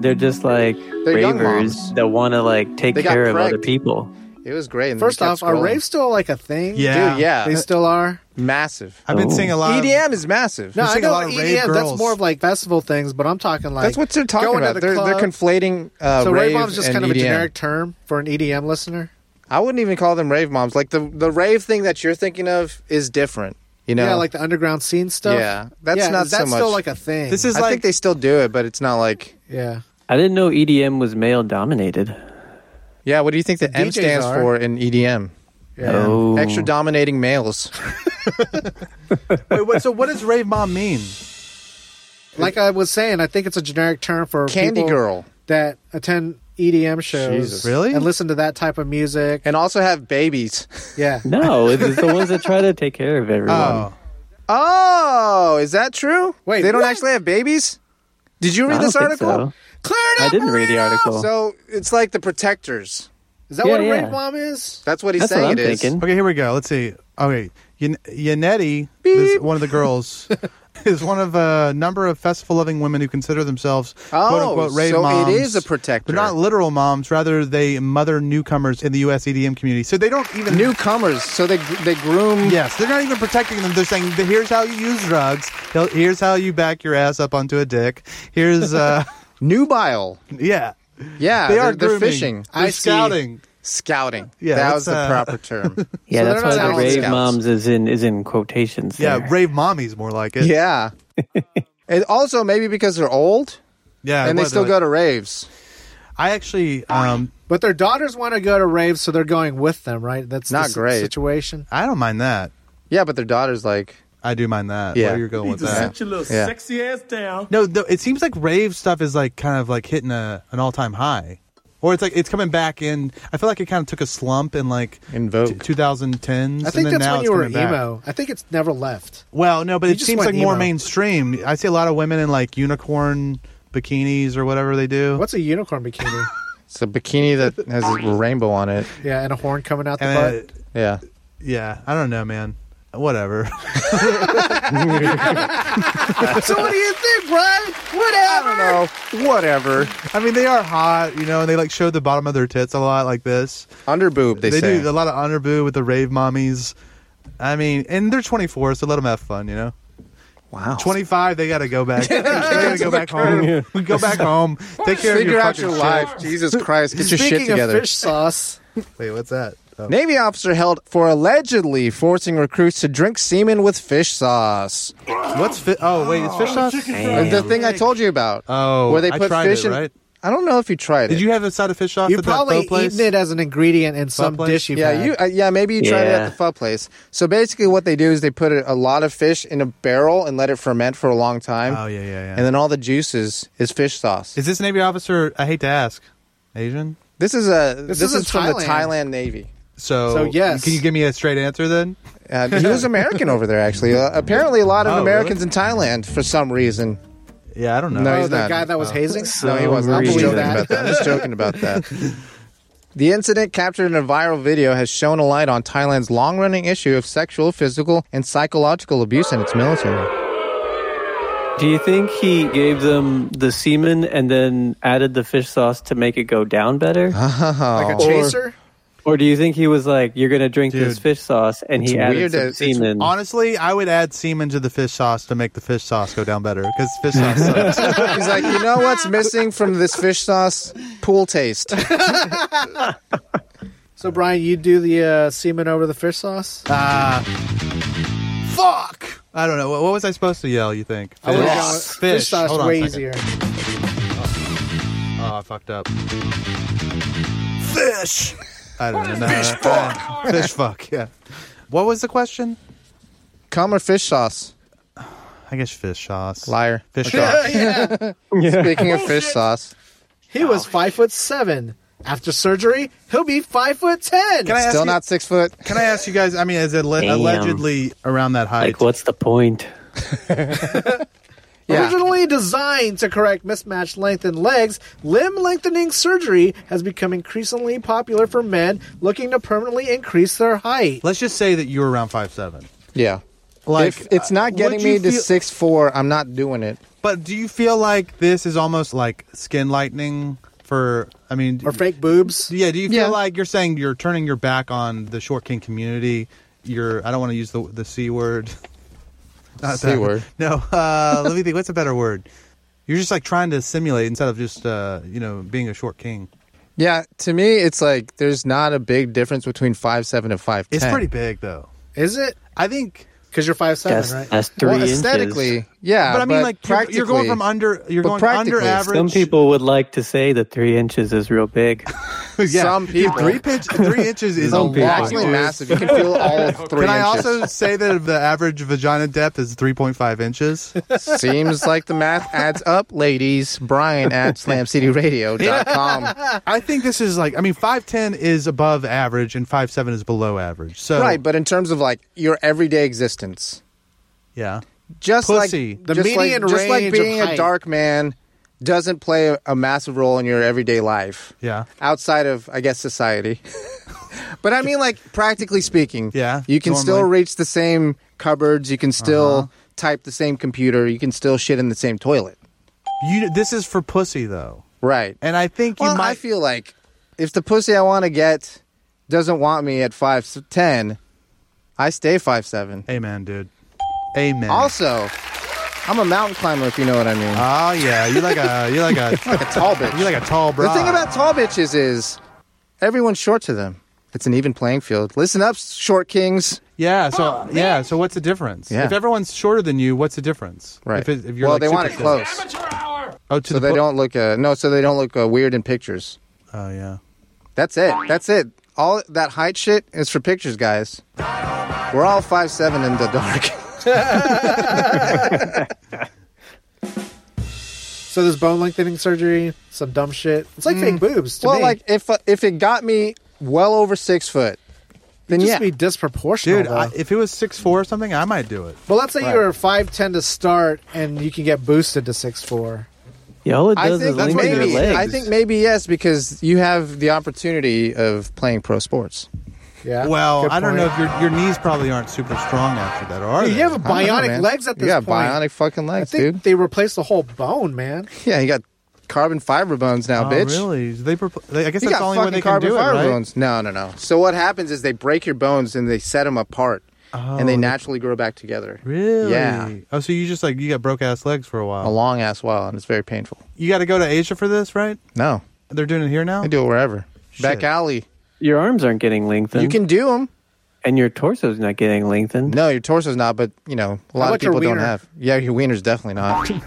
F: they're just like
D: They're young moms.
F: ravers that want to like take
D: They got
F: care of
D: pregged.
F: other people.
D: It was great. and then
G: First
D: we
G: off,
D: kept
G: are
D: scrolling.
G: raves still like a thing?
E: yeah,
D: Dude, yeah.
G: They still are?
D: Massive.
E: I've been
F: Oh.
E: seeing a lot. Of,
D: EDM E is massive.
G: No, I
E: seeing a
G: know
E: lot of rave
G: EDM, that's
E: girls.
G: more of like festival things, but I'm talking like.
D: That's what they're talking
G: going to
D: about.
G: the
D: they're, they're
G: club.
D: conflating uh,
G: So rave
D: rave
G: mom's just
D: and
G: kind of a
D: EDM.
G: generic term for an EDM listener.
D: I wouldn't even call them rave moms. Like the the rave thing that you're thinking of is different. You know,
G: Yeah, like the underground scene stuff.
D: Yeah, that's not
G: is
D: so
G: that still
D: much-
G: like a thing.
E: this is
D: I
E: like
D: think they still do it, but it's not like.
G: yeah.
F: I didn't know EDM was male dominated.
D: Yeah, what do you think the, M
G: DJs
D: stands
G: are.
D: for in EDM?
F: Oh,
D: Extra dominating males.
E: Wait, what, so what does rave mom mean?
G: Like I was saying, I think it's a generic term for
D: Candy
G: people
D: girl.
G: that attend EDM shows.
D: Jesus.
E: Really?
G: And listen to that type of music.
D: And also have babies.
G: yeah.
F: no! It's it's the ones that try to take care of everyone.
E: Oh,
D: Oh, is that true?
G: Wait,
D: they don't
G: what?
D: actually have babies? Did you
F: I
D: read
F: don't
D: this
F: think
D: article?
F: so. I didn't read the article.
D: So it's like the protectors.
G: Is that
F: Yeah,
G: what a
F: yeah.
G: rave mom is?
D: That's what he's
F: That's what
D: saying.
F: I'm
D: it is.
F: thinking.
E: okay. Here we go. Let's see. Okay, Yan- Yanetti, this, one of the girls, is one of a number of festival-loving women who consider themselves "quote
D: Oh,
E: unquote" rave
D: so it
E: moms.
D: is a protector.
E: They're not literal moms. Rather, they mother newcomers in the U.S. EDM community. So they don't even
D: Newcomers, so they they groom.
E: Yes, they're not even protecting them. They're saying, "Here's how you use drugs. Hel- Here's how you back your ass up onto a dick. Here's, uh,
D: Nubile.
E: yeah,
D: Yeah,
E: they are
D: Ah, they're, they're
E: grooming.
D: fishing,
E: They're
G: I see.
E: scouting.
D: scouting.
E: Yeah,
D: that
E: that's,
D: was the
E: uh,
D: proper term.
F: Yeah,
G: So
F: that's
G: they're not
F: why the
G: Boy
F: rave
D: Scouts.
F: moms is in is in quotations.
E: Yeah,
F: there.
E: rave mommies more like it.
D: yeah. and also maybe because they're old
E: yeah,
D: and they
E: what,
D: still
E: they're
D: go
E: like-
D: to raves.
E: I actually, um,
G: But their daughters want to go to raves, so they're going with them, right? That's
D: Not
G: the s-
D: great.
G: situation.
E: I don't mind that.
D: Yeah, but their daughter's like,
E: I do mind that.
D: Yeah.
E: Where you're going with that?
D: your little yeah.
A: Sexy ass down.
E: No, no, it seems like rave stuff is like kind of like hitting a an all time high, or it's like it's coming back in. I feel like it kind of took a slump in like
D: In Vogue.
E: t- 2010s.
G: I think
E: and then
G: that's
E: now
G: when
E: it's
G: you were
E: coming back.
G: emo. I think it's never left.
E: Well, no, but
G: You
E: it
G: just
E: seems
G: went
E: like more
G: emo.
E: mainstream. I see a lot of women in like unicorn bikinis or whatever they do.
G: What's a unicorn bikini?
D: It's a bikini that has a rainbow on it.
G: yeah, and a horn coming out the
E: And then-
G: butt.
D: Yeah.
E: yeah, I don't know, man. Whatever.
G: so what do you think, Brian? Whatever.
D: I don't know. Whatever.
E: I mean, they are hot, you know, and they like show the bottom of their tits a lot, like this.
D: Underboob, they,
E: They,
D: say.
E: do a lot of underboob with the rave mommies. I mean, and they're 24, so let them have fun, you know.
D: wow.
E: 25, they got to go back. they got to go back home. go back home. Take care
D: Figure out
E: of your
D: your
E: fucking
D: life. Jesus Christ. Get your shit
G: Speaking of
D: together.
G: fish sauce,
E: shit. Wait, what's that? Oh.
D: Navy officer held for allegedly forcing recruits to drink semen with fish sauce.
E: What's fi- Oh, wait, it's fish sauce?
F: Damn.
D: The thing I told you about.
E: Oh,
D: where they
E: I
D: put
E: tried
D: fish
E: it,
D: in.
E: right?
D: I don't know if you tried it.
E: Did you have a side of fish sauce
G: you
E: at that
G: probably
E: pho place?
G: eaten it as an ingredient in some
E: place?
G: dish you've
D: Yeah,
G: had.
D: you. Uh, yeah, maybe you tried it
F: Yeah.
D: at the pho place. So basically, what they do is they put a, a lot of fish in a barrel and let it ferment for a long time.
E: Oh, yeah, yeah, yeah.
D: And then all the juices is fish sauce.
E: Is this Navy officer? I hate to ask, Asian.
D: this is a this,
G: is
D: is,
G: in
D: from the
G: Thailand.
D: Thailand Navy.
E: So,
G: So, yes.
E: Can you give me a straight answer then?
D: Uh, he was American over there, actually. Uh, apparently, a lot of
E: Oh,
D: Americans in Thailand for some reason.
E: Yeah, I don't know.
D: No,
G: Oh,
D: he's
G: the
D: not.
G: guy that was hazing.
D: No, he
F: Some
D: wasn't. I'm just
F: reason.
D: joking about that. I'm just joking about that. The incident captured in a viral video has shown a light on Thailand's long running issue of sexual, physical, and psychological abuse in its military.
F: Do you think he gave them the semen and then added the fish sauce to make it go down better?
G: Like a chaser?
F: Or do you think he was like, "You're gonna drink this
E: Dude.
F: fish sauce," and he
D: It's
F: added
D: weird
F: some
D: that it's
F: semen?
E: Honestly, I would add semen to the fish sauce to make the fish sauce go down better because fish sauce sucks.
D: He's like, you know what's missing from this fish sauce? Pool taste.
G: So, Brian, you do the uh, semen over the fish sauce?
E: Ah. Fuck! I don't know. What, what was I supposed to yell? You think?
G: I would've gone-
E: Fish.
G: fish sauce
E: Hold on a
G: way
E: second.
G: easier.
E: Oh, I fucked up. Fish. I don't know. Fish fuck. fish fuck. Yeah. What was the question?
D: Cum or fish sauce?
E: I guess fish sauce.
D: Liar.
E: Fish sauce.
D: Speaking of fish sauce,
G: He was five foot seven. After surgery, he'll be five foot ten.
E: Can I ask
D: still
E: you,
D: not six foot.
E: Can I ask you guys? I mean, is it le-
F: Damn.
E: allegedly around that height?
F: like, what's the point?
D: Yeah.
G: Originally designed to correct mismatched length in legs, limb lengthening surgery has become increasingly popular for men looking to permanently increase their height.
E: Let's just say that you were around five seven.
D: Yeah.
E: Like,
D: if it's not
E: uh,
D: getting
E: would you
D: me to
E: feel-
D: six four, I'm not doing it.
E: But do you feel like this is almost like skin lightening for? I mean,
G: Or fake boobs.
E: Yeah. Do you feel
D: Yeah.
E: like you're saying you're turning your back on the short king community? You're. I don't want to use the the c word. Not
D: C word.
E: No. Uh, let me think. What's a better word? You're just like trying to simulate instead of just uh, you know being a short king.
D: Yeah, to me, it's like there's not a big difference between five seven and five ten.
E: It's pretty big though.
G: Is it?
E: I think.
G: Because you're five seven,
F: That's,
G: right?
F: that's three
D: well,
F: inches.
D: aesthetically, yeah.
E: But I mean, like you're,
D: practically,
E: you're going from under. You're
D: But
E: going under
D: practically,
E: average.
F: Some people would like to say that three inches is real big.
E: yeah.
D: Some
E: Dude,
D: people.
E: three pitch, three inches is a
F: Some people.
E: lot.
D: actually massive. You can feel all of three.
E: Can I
D: inches.
E: also say that the average vagina depth is 3.5 inches?
D: Seems like the math adds up, ladies. Brian at slamcityradio.com.
E: I think this is like, I mean, 5'10 is above average and 5'7 is below average. So,
D: right, but in terms of like your everyday existence,
E: yeah.
D: just
E: Pussy.
D: like
G: The
D: just like,
G: median
D: just like
G: range of
D: being a
G: height.
D: dark man doesn't play a, a massive role in your everyday life.
E: Yeah.
D: outside of I guess society. but I mean, like practically speaking,
E: Yeah,
D: you can still
E: normally. Uh-huh.
D: reach the same cupboards. You can still type the same computer. You can still shit in the same toilet.
E: You, this is for pussy, though.
D: Right.
E: And I think you
D: well,
E: might.
D: I feel like if the pussy I want to get doesn't want me at five ten, I stay five seven.
E: Amen, dude. Amen.
D: Also, I'm a mountain climber, if you know what I mean.
E: oh, yeah. You're like a, you're like a,
D: a tall bitch.
E: you're like a tall bro.
D: The thing about tall bitches is everyone's short to them. It's an even playing field. Listen up, short kings.
E: Yeah. So,
D: Oh,
E: yeah. So, what's the difference?
D: Yeah.
E: If everyone's shorter than you, what's the difference?
D: Right.
E: If, it, if you're
D: well,
E: like
D: they want it
E: super thin.
D: close,
A: Amateur hour!
E: Oh, to
D: so
E: the
D: they
E: pu-
D: don't look uh, no, so they don't look uh, weird in pictures.
E: Oh, yeah.
D: That's it. That's it. All that height shit is for pictures, guys. We're all five seven in the dark.
G: So there's bone lengthening surgery, some dumb shit. It's Mm. like fake boobs. To
D: well,
G: me.
D: like if uh, if it got me well over six foot, then
G: It'd just
D: yeah,
G: be disproportional.
E: Dude, I,
G: though.
E: if it was six four or something, I might do it.
G: But let's say
D: Right.
G: you were five ten to start, and you can get boosted to six four.
F: Yeah, all it
D: I
F: does is
D: think
F: lengthen your
D: maybe
F: legs.
D: I think maybe yes because you have the opportunity of playing pro sports.
G: Yeah.
E: Well,
G: Good
E: I don't
G: point.
E: know if your your knees probably aren't super strong after that, or are
G: Dude,
E: they?
G: you have
D: I don't know,
G: bionic
D: man.
G: legs at this
D: You got
G: point.
D: bionic fucking
G: I
D: legs,
G: think
D: dude.
G: they replaced the whole bone, man.
D: Yeah, you got carbon fiber bones now,
E: oh,
D: bitch.
E: really? They, propl- they I guess
D: You
E: that's
D: got
E: the only way
D: fucking
E: they can
D: carbon
E: do it,
D: fiber
E: right?
D: bones. No, no, no. So what happens is they break your bones and they set them apart, and they naturally grow back together.
E: Oh. Really?
D: Yeah.
E: Oh, so you just like you got broke ass legs for a
D: A
E: while.
D: long ass while, and it's very painful.
E: You got to go to Asia for this, right?
D: No,
E: They're doing it here now.
D: I do it wherever. Back
E: Shit.
D: alley.
F: your arms aren't getting lengthened,
D: You can do them.
F: and your torso's not getting lengthened.
D: No, your torso's not, but you know a lot of
G: about your
D: people don't
G: wiener?
D: have. Yeah, your wiener's definitely not. In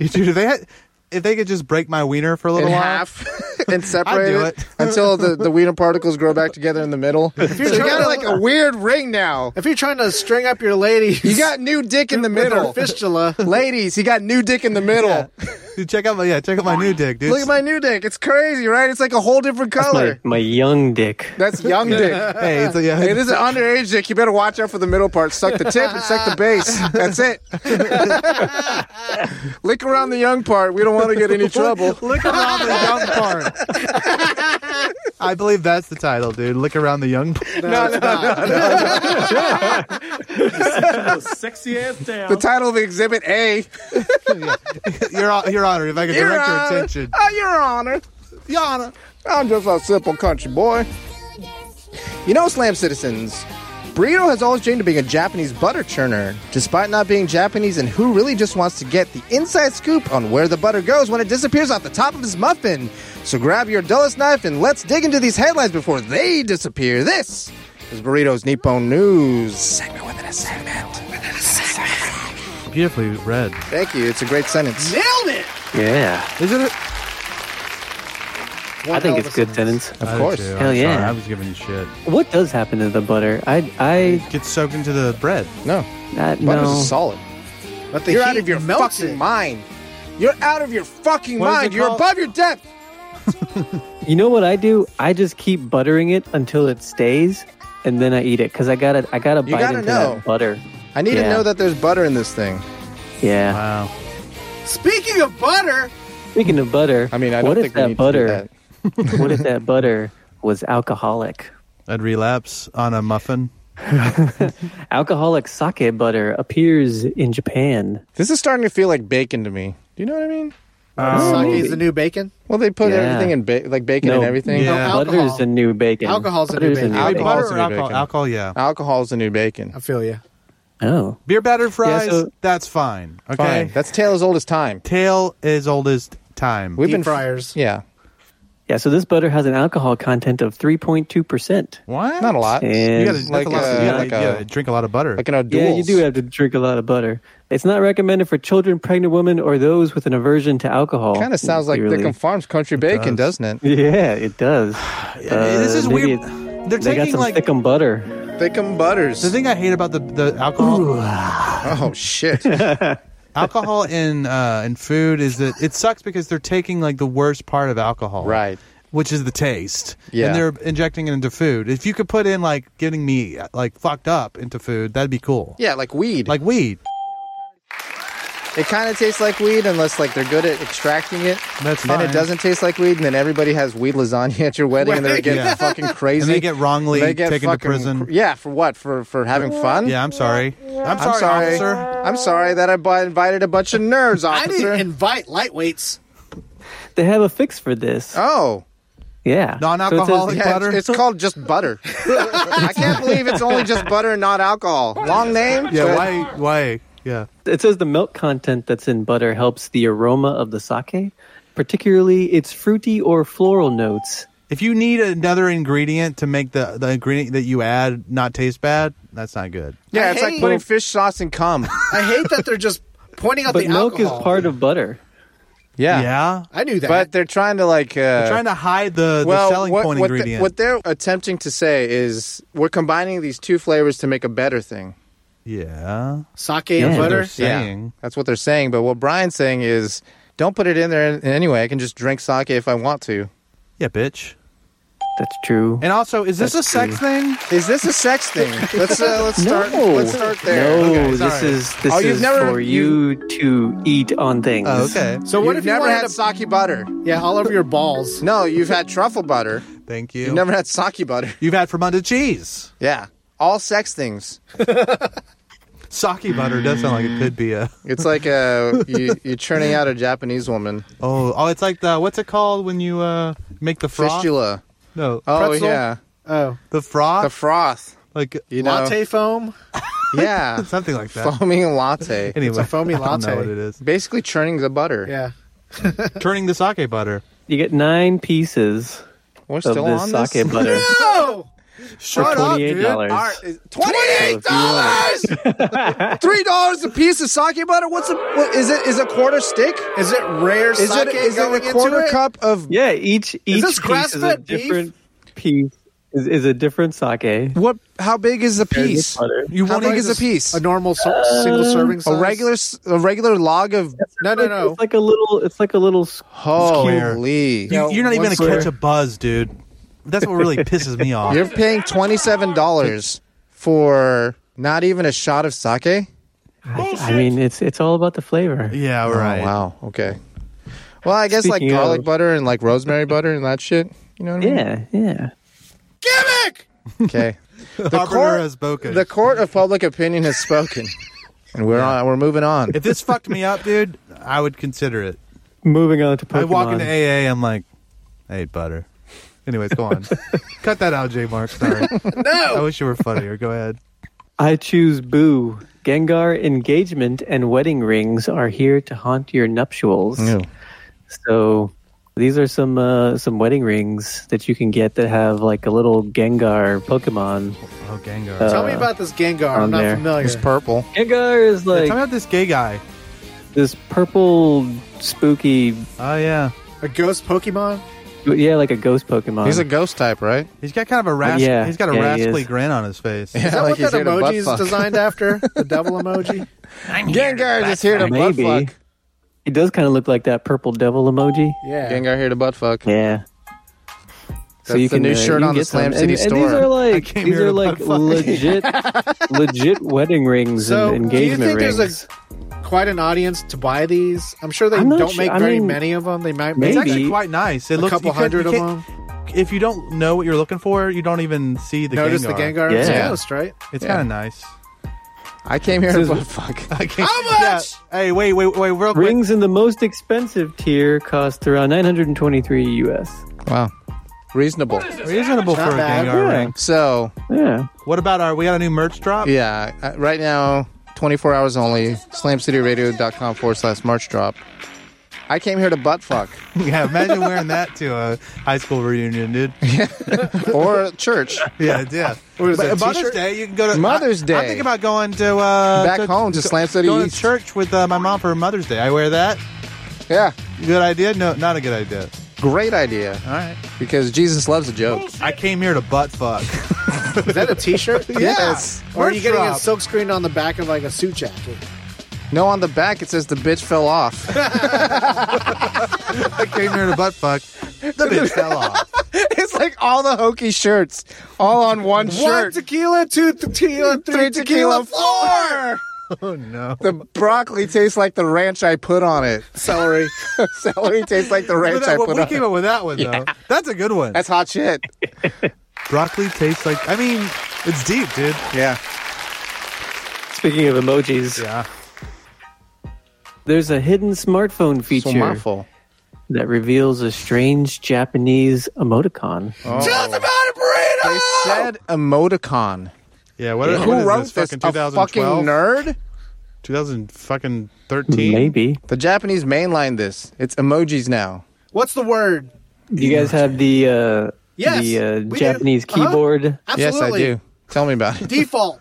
E: You do. They had, if they could just break my wiener for a little while.
D: half and separate
E: do
D: it
E: it.
D: until the the wiener particles grow back together in the middle. so you got like a weird ring now.
G: If you're trying to string up your lady,
D: You got new dick in the
G: with her
D: middle.
G: fistula.
D: Ladies, he got new dick in the middle.
E: Dude, check out my yeah, check out my new dick, dude.
D: Look at my new dick. It's crazy, right? It's like a whole different
F: My,
D: color.
F: my young dick.
D: That's young dick.
E: hey, it's, yeah,
D: It is an underage dick. You better watch out for the middle part. Suck the tip and suck the base. That's it. Lick around the young part. We don't want to get any trouble.
E: Look around the young part. I believe that's the title, dude. Look around the young.
G: no, no, no,
A: Sexy ass down.
D: The title of exhibit A.
E: Your Hon- Your Honor, if I could direct your attention.
D: Oh, Your Honor. Your Honor. I'm just a simple country boy. You know, Slam Citizens, Burrito has always dreamed of being a Japanese butter churner, despite not being Japanese, and who really just wants to get the inside scoop on where the butter goes when it disappears off the top of his muffin? So grab your dullest knife and let's dig into these headlines before they disappear. This is Burrito's Nippon News. Segment within a segment. Within a segment.
E: Beautifully read.
D: Thank you. It's a great sentence.
F: Yeah.
E: Isn't it?
F: I think it's good sentence.
D: Of course.
E: i
F: Hell yeah.
E: I was giving you shit.
F: What does happen to the butter? I I
E: Gets soaked into the bread.
D: No.
F: that
D: Butter's
F: no.
D: is solid.
G: But the
D: You're
G: heat
D: out of your
G: melts
D: fucking
G: it.
D: mind. You're out of your fucking
E: What is
D: mind.
E: it
D: You're
E: called?
D: above your depth.
F: You know what I do? I just keep buttering it until it stays, and then I eat it because I gotta I gotta bite
D: gotta
F: into
D: know.
F: that butter.
D: I need to
F: Yeah.
D: know that there's butter in this thing.
F: Yeah.
E: Wow.
G: Speaking of butter,
F: Speaking of butter,
D: I mean, I don't
F: what if
D: think we
F: that
D: need to do
F: butter? what if that butter was alcoholic?
E: I'd relapse on a muffin.
F: Alcoholic sake butter appears in Japan.
D: This is starting to feel like bacon to me. Do you know what I mean? Uh,
G: sake is
F: maybe.
G: the new bacon.
D: Well, they put
F: Yeah.
D: everything in ba- like bacon
F: No.
D: and everything.
E: Yeah.
G: No,
F: Butter is
G: alcohol.
F: the new bacon.
G: Alcohol's the new
F: Butter's
G: bacon.
E: Wait,
D: Alcohol's
E: butter
D: the new
E: or alcohol?
D: bacon.
E: Alcohol, yeah.
D: Alcohol's the new bacon.
G: I feel you.
F: Oh,
E: Beer battered fries,
F: so-
E: that's fine. Okay.
D: Fine. That's tale as old as time.
E: Tail is old as time.
D: We've
G: Deep
D: been
G: fryers.
D: Yeah,
F: yeah. So this butter has an alcohol content of three point two percent.
E: what?
D: not a lot.
F: And
E: You gotta, that's
D: Like
E: a lot, you
D: a-
E: gotta,
D: like
E: you gotta
D: a-
E: drink a lot of butter.
D: Like in a
F: yeah, you
D: duels.
F: do have to drink a lot of butter. It's not recommended for children, pregnant women, or those with an aversion to alcohol.
D: Kind of sounds like
F: Really.
D: Thickham Farms country bacon, does. not it?
F: Yeah, it does. Uh,
E: this is
F: maybe
E: weird.
F: it-
E: They're
F: They got
E: taking
F: some
E: like
F: thickum butter.
D: Thickum butters.
E: the thing I hate about the, the alcohol
D: Oh shit!
E: alcohol in uh, in food is that it sucks because they're taking like the worst part of alcohol,
D: Right.
E: Which is the taste,
D: Yeah.
E: and they're injecting it into food. If you could put in like getting me like fucked up into food, that'd be cool.
D: yeah, like weed.
E: Like weed.
D: It kind of tastes like weed unless like they're good at extracting it.
E: That's
D: then
E: fine.
D: it doesn't taste like weed, and then everybody has weed lasagna at your wedding, and they're
G: Right.
D: getting
E: Yeah.
D: fucking crazy.
E: And they get wrongly taken to prison.
D: cr- Yeah, for what? For for having fun?
E: Yeah, I'm sorry.
D: I'm
E: I'm sorry,
D: sorry.
E: officer.
D: I'm sorry that I bu- invited a bunch of nerds,
G: I
D: officer.
G: didn't invite lightweights.
F: They have a fix for this.
D: oh,
F: yeah,
E: Non-alcoholic
F: So it says-
D: yeah,
E: Butter?
D: It's, it's called just butter. I can't believe it's only just butter and not alcohol. Long name.
E: Yeah,
D: but-
E: why? Why? Yeah.
F: It says the milk content that's in butter helps the aroma of the sake, particularly its fruity or floral notes.
E: If you need another ingredient to make the, the ingredient that you add not taste bad, that's not good.
D: Yeah, it's
G: I
D: like
G: hate-
D: putting fish sauce in cum.
G: I hate that they're just pointing out
F: But
G: the
F: milk
G: alcohol.
F: is part of butter.
D: Yeah.
E: Yeah.
G: I knew that.
D: But they're trying to like uh,
E: Trying to hide the, the selling
D: what
E: point
D: the-
E: ingredient.
D: what they're attempting to say is we're combining these two flavors to make a better thing.
E: yeah.
G: sake
F: Yeah.
G: and butter.
E: There's- Saying.
D: Yeah, that's what they're saying. But what Brian's saying is, don't put it in there in, in any way. I can just drink sake if I want to.
E: Yeah, bitch.
F: That's true.
E: And also, is this a sex thing?
D: Is this a sex thing? let's uh, let's start.
F: No.
D: Let's start there.
F: No,
E: Okay,
F: this
E: sorry.
F: is this
D: Oh, you've
F: is
D: never-
F: for you to eat on things.
E: Oh, okay.
G: So what
D: you've
G: if you
D: never
G: wanted
D: had
G: to-
D: sake butter?
G: Yeah, all over your balls.
D: No, you've had truffle butter.
E: Thank you.
D: You've never had sake butter.
E: You've had fermented cheese.
D: Yeah, all sex things.
E: Sake butter does sound like it could be a.
D: It's like uh, you, you're churning out a Japanese woman
E: Oh, oh, it's like the what's it called when you uh make the froth?
D: fistula.
E: No,
D: Oh
G: Pretzel?
D: yeah,
G: Oh,
E: the froth.
D: the froth.
E: like
D: You know,
G: latte foam.
D: yeah,
E: something like that.
D: foaming latte.
E: Anyway,
G: It's a foamy
E: I don't know
G: latte.
E: what it is.
D: Basically, churning the butter.
G: Yeah.
E: Turning the sake butter.
F: You get nine pieces
D: We're
F: of
D: still on
F: this
D: this.
F: sake butter.
G: Oh,
F: for
E: Shut up,
F: twenty eight dollars.
D: Twenty-eight dollars. Three dollars a piece of sake butter. What's a what, is it? Is a quarter stick?
G: is it rare
D: Is
G: sake
D: it is
G: going
D: it a quarter
G: into it?
D: cup of?
F: Yeah, each each piece is
G: this
F: a
G: grass-fed beef?
F: different piece is, is a different sake.
D: What? How big is the piece?
F: butter.
E: You
D: How
E: won't
D: big
E: even
D: is a piece?
G: A
D: A,
G: normal ser- single
F: Uh,
G: serving size.
D: regular s- a regular log of.
G: No, no, no.
F: It's like a little. It's like a little. s-
D: Holy!
E: You, you're not even gonna
F: once we're-
E: catch a buzz, dude. That's what really pisses me off.
D: You're paying twenty-seven dollars for not even a shot of sake.
F: I mean, it's it's all about the flavor.
E: yeah, right.
D: Oh, wow. Okay. Well, I guess
F: Speaking
D: like garlic
F: of-
D: butter and like rosemary butter and that shit. You know what I mean?
F: Yeah, yeah.
D: Okay. The
E: Arbiter has spoken.
D: The court of public opinion has spoken, and we're on. We're moving on.
E: If this fucked me up, dude, I would consider it.
F: Moving on to Pokemon.
E: I walk into AA, I'm like, I ate butter. Anyways, go on. Cut that out, J Mark. Sorry. no! I wish you were funnier. Go ahead.
F: I choose Boo. Gengar engagement and wedding rings are here to haunt your nuptials.
D: Ew.
F: So these are some uh, some wedding rings that you can get that have like a little Gengar Pokemon.
E: Oh, Gengar.
G: Tell me about this Gengar. I'm
F: Uh, on
G: not
F: there.
G: familiar.
D: It's purple.
F: Gengar is
E: Yeah,
F: like
E: Tell me about this gay guy.
F: this purple spooky
E: Oh, yeah.
G: A ghost Pokemon?
F: yeah, like a ghost Pokemon.
D: He's a ghost type, right?
E: He's got kind of a rasp-
F: Uh, yeah,
E: He's got a
F: yeah, he
E: raspy
F: is.
E: grin on his face.
G: Is that
D: Like
G: what
D: he's
G: that
D: here to butt
G: emoji
D: fuck.
G: is designed after? The devil emoji?
D: Gengar is here to butt
F: Maybe.
D: fuck.
F: he does kind of look like that purple devil emoji.
G: Yeah.
D: Gengar here to butt fuck.
F: Yeah.
D: That's the new shirt on the
F: get some.
D: Slam City
F: and, And these
D: store.
F: are
E: I
F: like
E: came
F: these
E: here
F: are
E: to
F: like
E: butt fuck.
F: legit legit wedding rings
G: So,
F: and
G: do you
F: engagement
G: think
F: rings.
G: there's a- Quite an audience to buy these. I'm sure they
F: I'm not
G: don't
F: sure-
G: make
F: I
G: very
F: mean,
G: many of them. They might
E: It's
G: make
F: maybe.
E: actually quite nice. It
G: a
E: looks
G: couple
E: you can't- you
G: hundred of
E: can't-
G: them.
E: If you don't know what you're looking for, you don't even see the
G: Notice
E: Gengar.
G: the Gengar is
F: Yeah.
G: ghost, right?
E: It's
D: Yeah.
E: kind of nice.
D: I came here to butt fuck.
E: I can't- yeah. Hey, wait, wait, wait, real quick.
F: Rings in the most expensive tier cost around 923 US.
D: Wow, reasonable.
E: Reasonable for a
G: Not bad.
E: Gengar
F: Yeah.
E: ring.
D: So
F: Yeah.
E: What about our? We got a new merch drop.
D: yeah, uh, right now, 24 hours only. SlamCityRadio.com forward slash merch drop. I came here to butt fuck
E: Yeah, imagine wearing that to a high school reunion, dude.
D: or church.
E: Yeah, yeah.
G: What is
E: But
G: it, a
E: Mother's
G: t-shirt?
E: Day, you can go to
D: Mother's
E: I,
D: Day.
E: am thinking about going to uh,
D: Back home to Slam City
E: Going to
D: East.
E: church with uh, my mom for Mother's Day. I wear that.
D: Yeah,
E: Good idea? No, not a good idea.
D: great idea
E: All right.
D: because Jesus loves a joke.
E: I came here to butt fuck.
G: Is that a T-shirt?
D: Yes.
G: Or are you
E: Merch
G: getting
E: drop.
G: it silk screened on the back of like a suit jacket?
D: No, on the back it says the bitch fell off.
E: I came here to butt fuck. The bitch fell off.
D: it's like all the hokey shirts, all on one,
G: One
D: shirt.
G: tequila, two tequila,
D: Three tequila, four.
E: Oh no.
D: The broccoli tastes like the ranch I put on it.
G: celery.
D: Celery tastes like the ranch
E: But
D: I
E: that-
D: put
E: we
D: on
E: came
D: it.
E: up with that one though. That's a good one.
D: That's hot shit.
E: Broccoli tastes like. I mean, it's deep, dude.
D: Yeah.
F: Speaking of emojis,
E: Yeah.
F: there's a hidden smartphone feature
D: Smartphone.
F: that reveals a strange Japanese emoticon.
D: They said emoticon.
E: Yeah. What,
D: Who
E: what is
D: wrote
E: this?
D: this?
E: Fucking
D: a fucking
E: 2012.
D: nerd?
E: 2000 fucking 13.
F: Maybe.
D: The Japanese mainline this. It's emojis now.
G: What's the word?
F: You guys have the uh
G: Yes,
F: the
G: we do.
F: uh, Japanese
G: Uh-huh.
F: keyboard.
G: Absolutely.
D: Yes, I do. Tell me about it.
G: Default.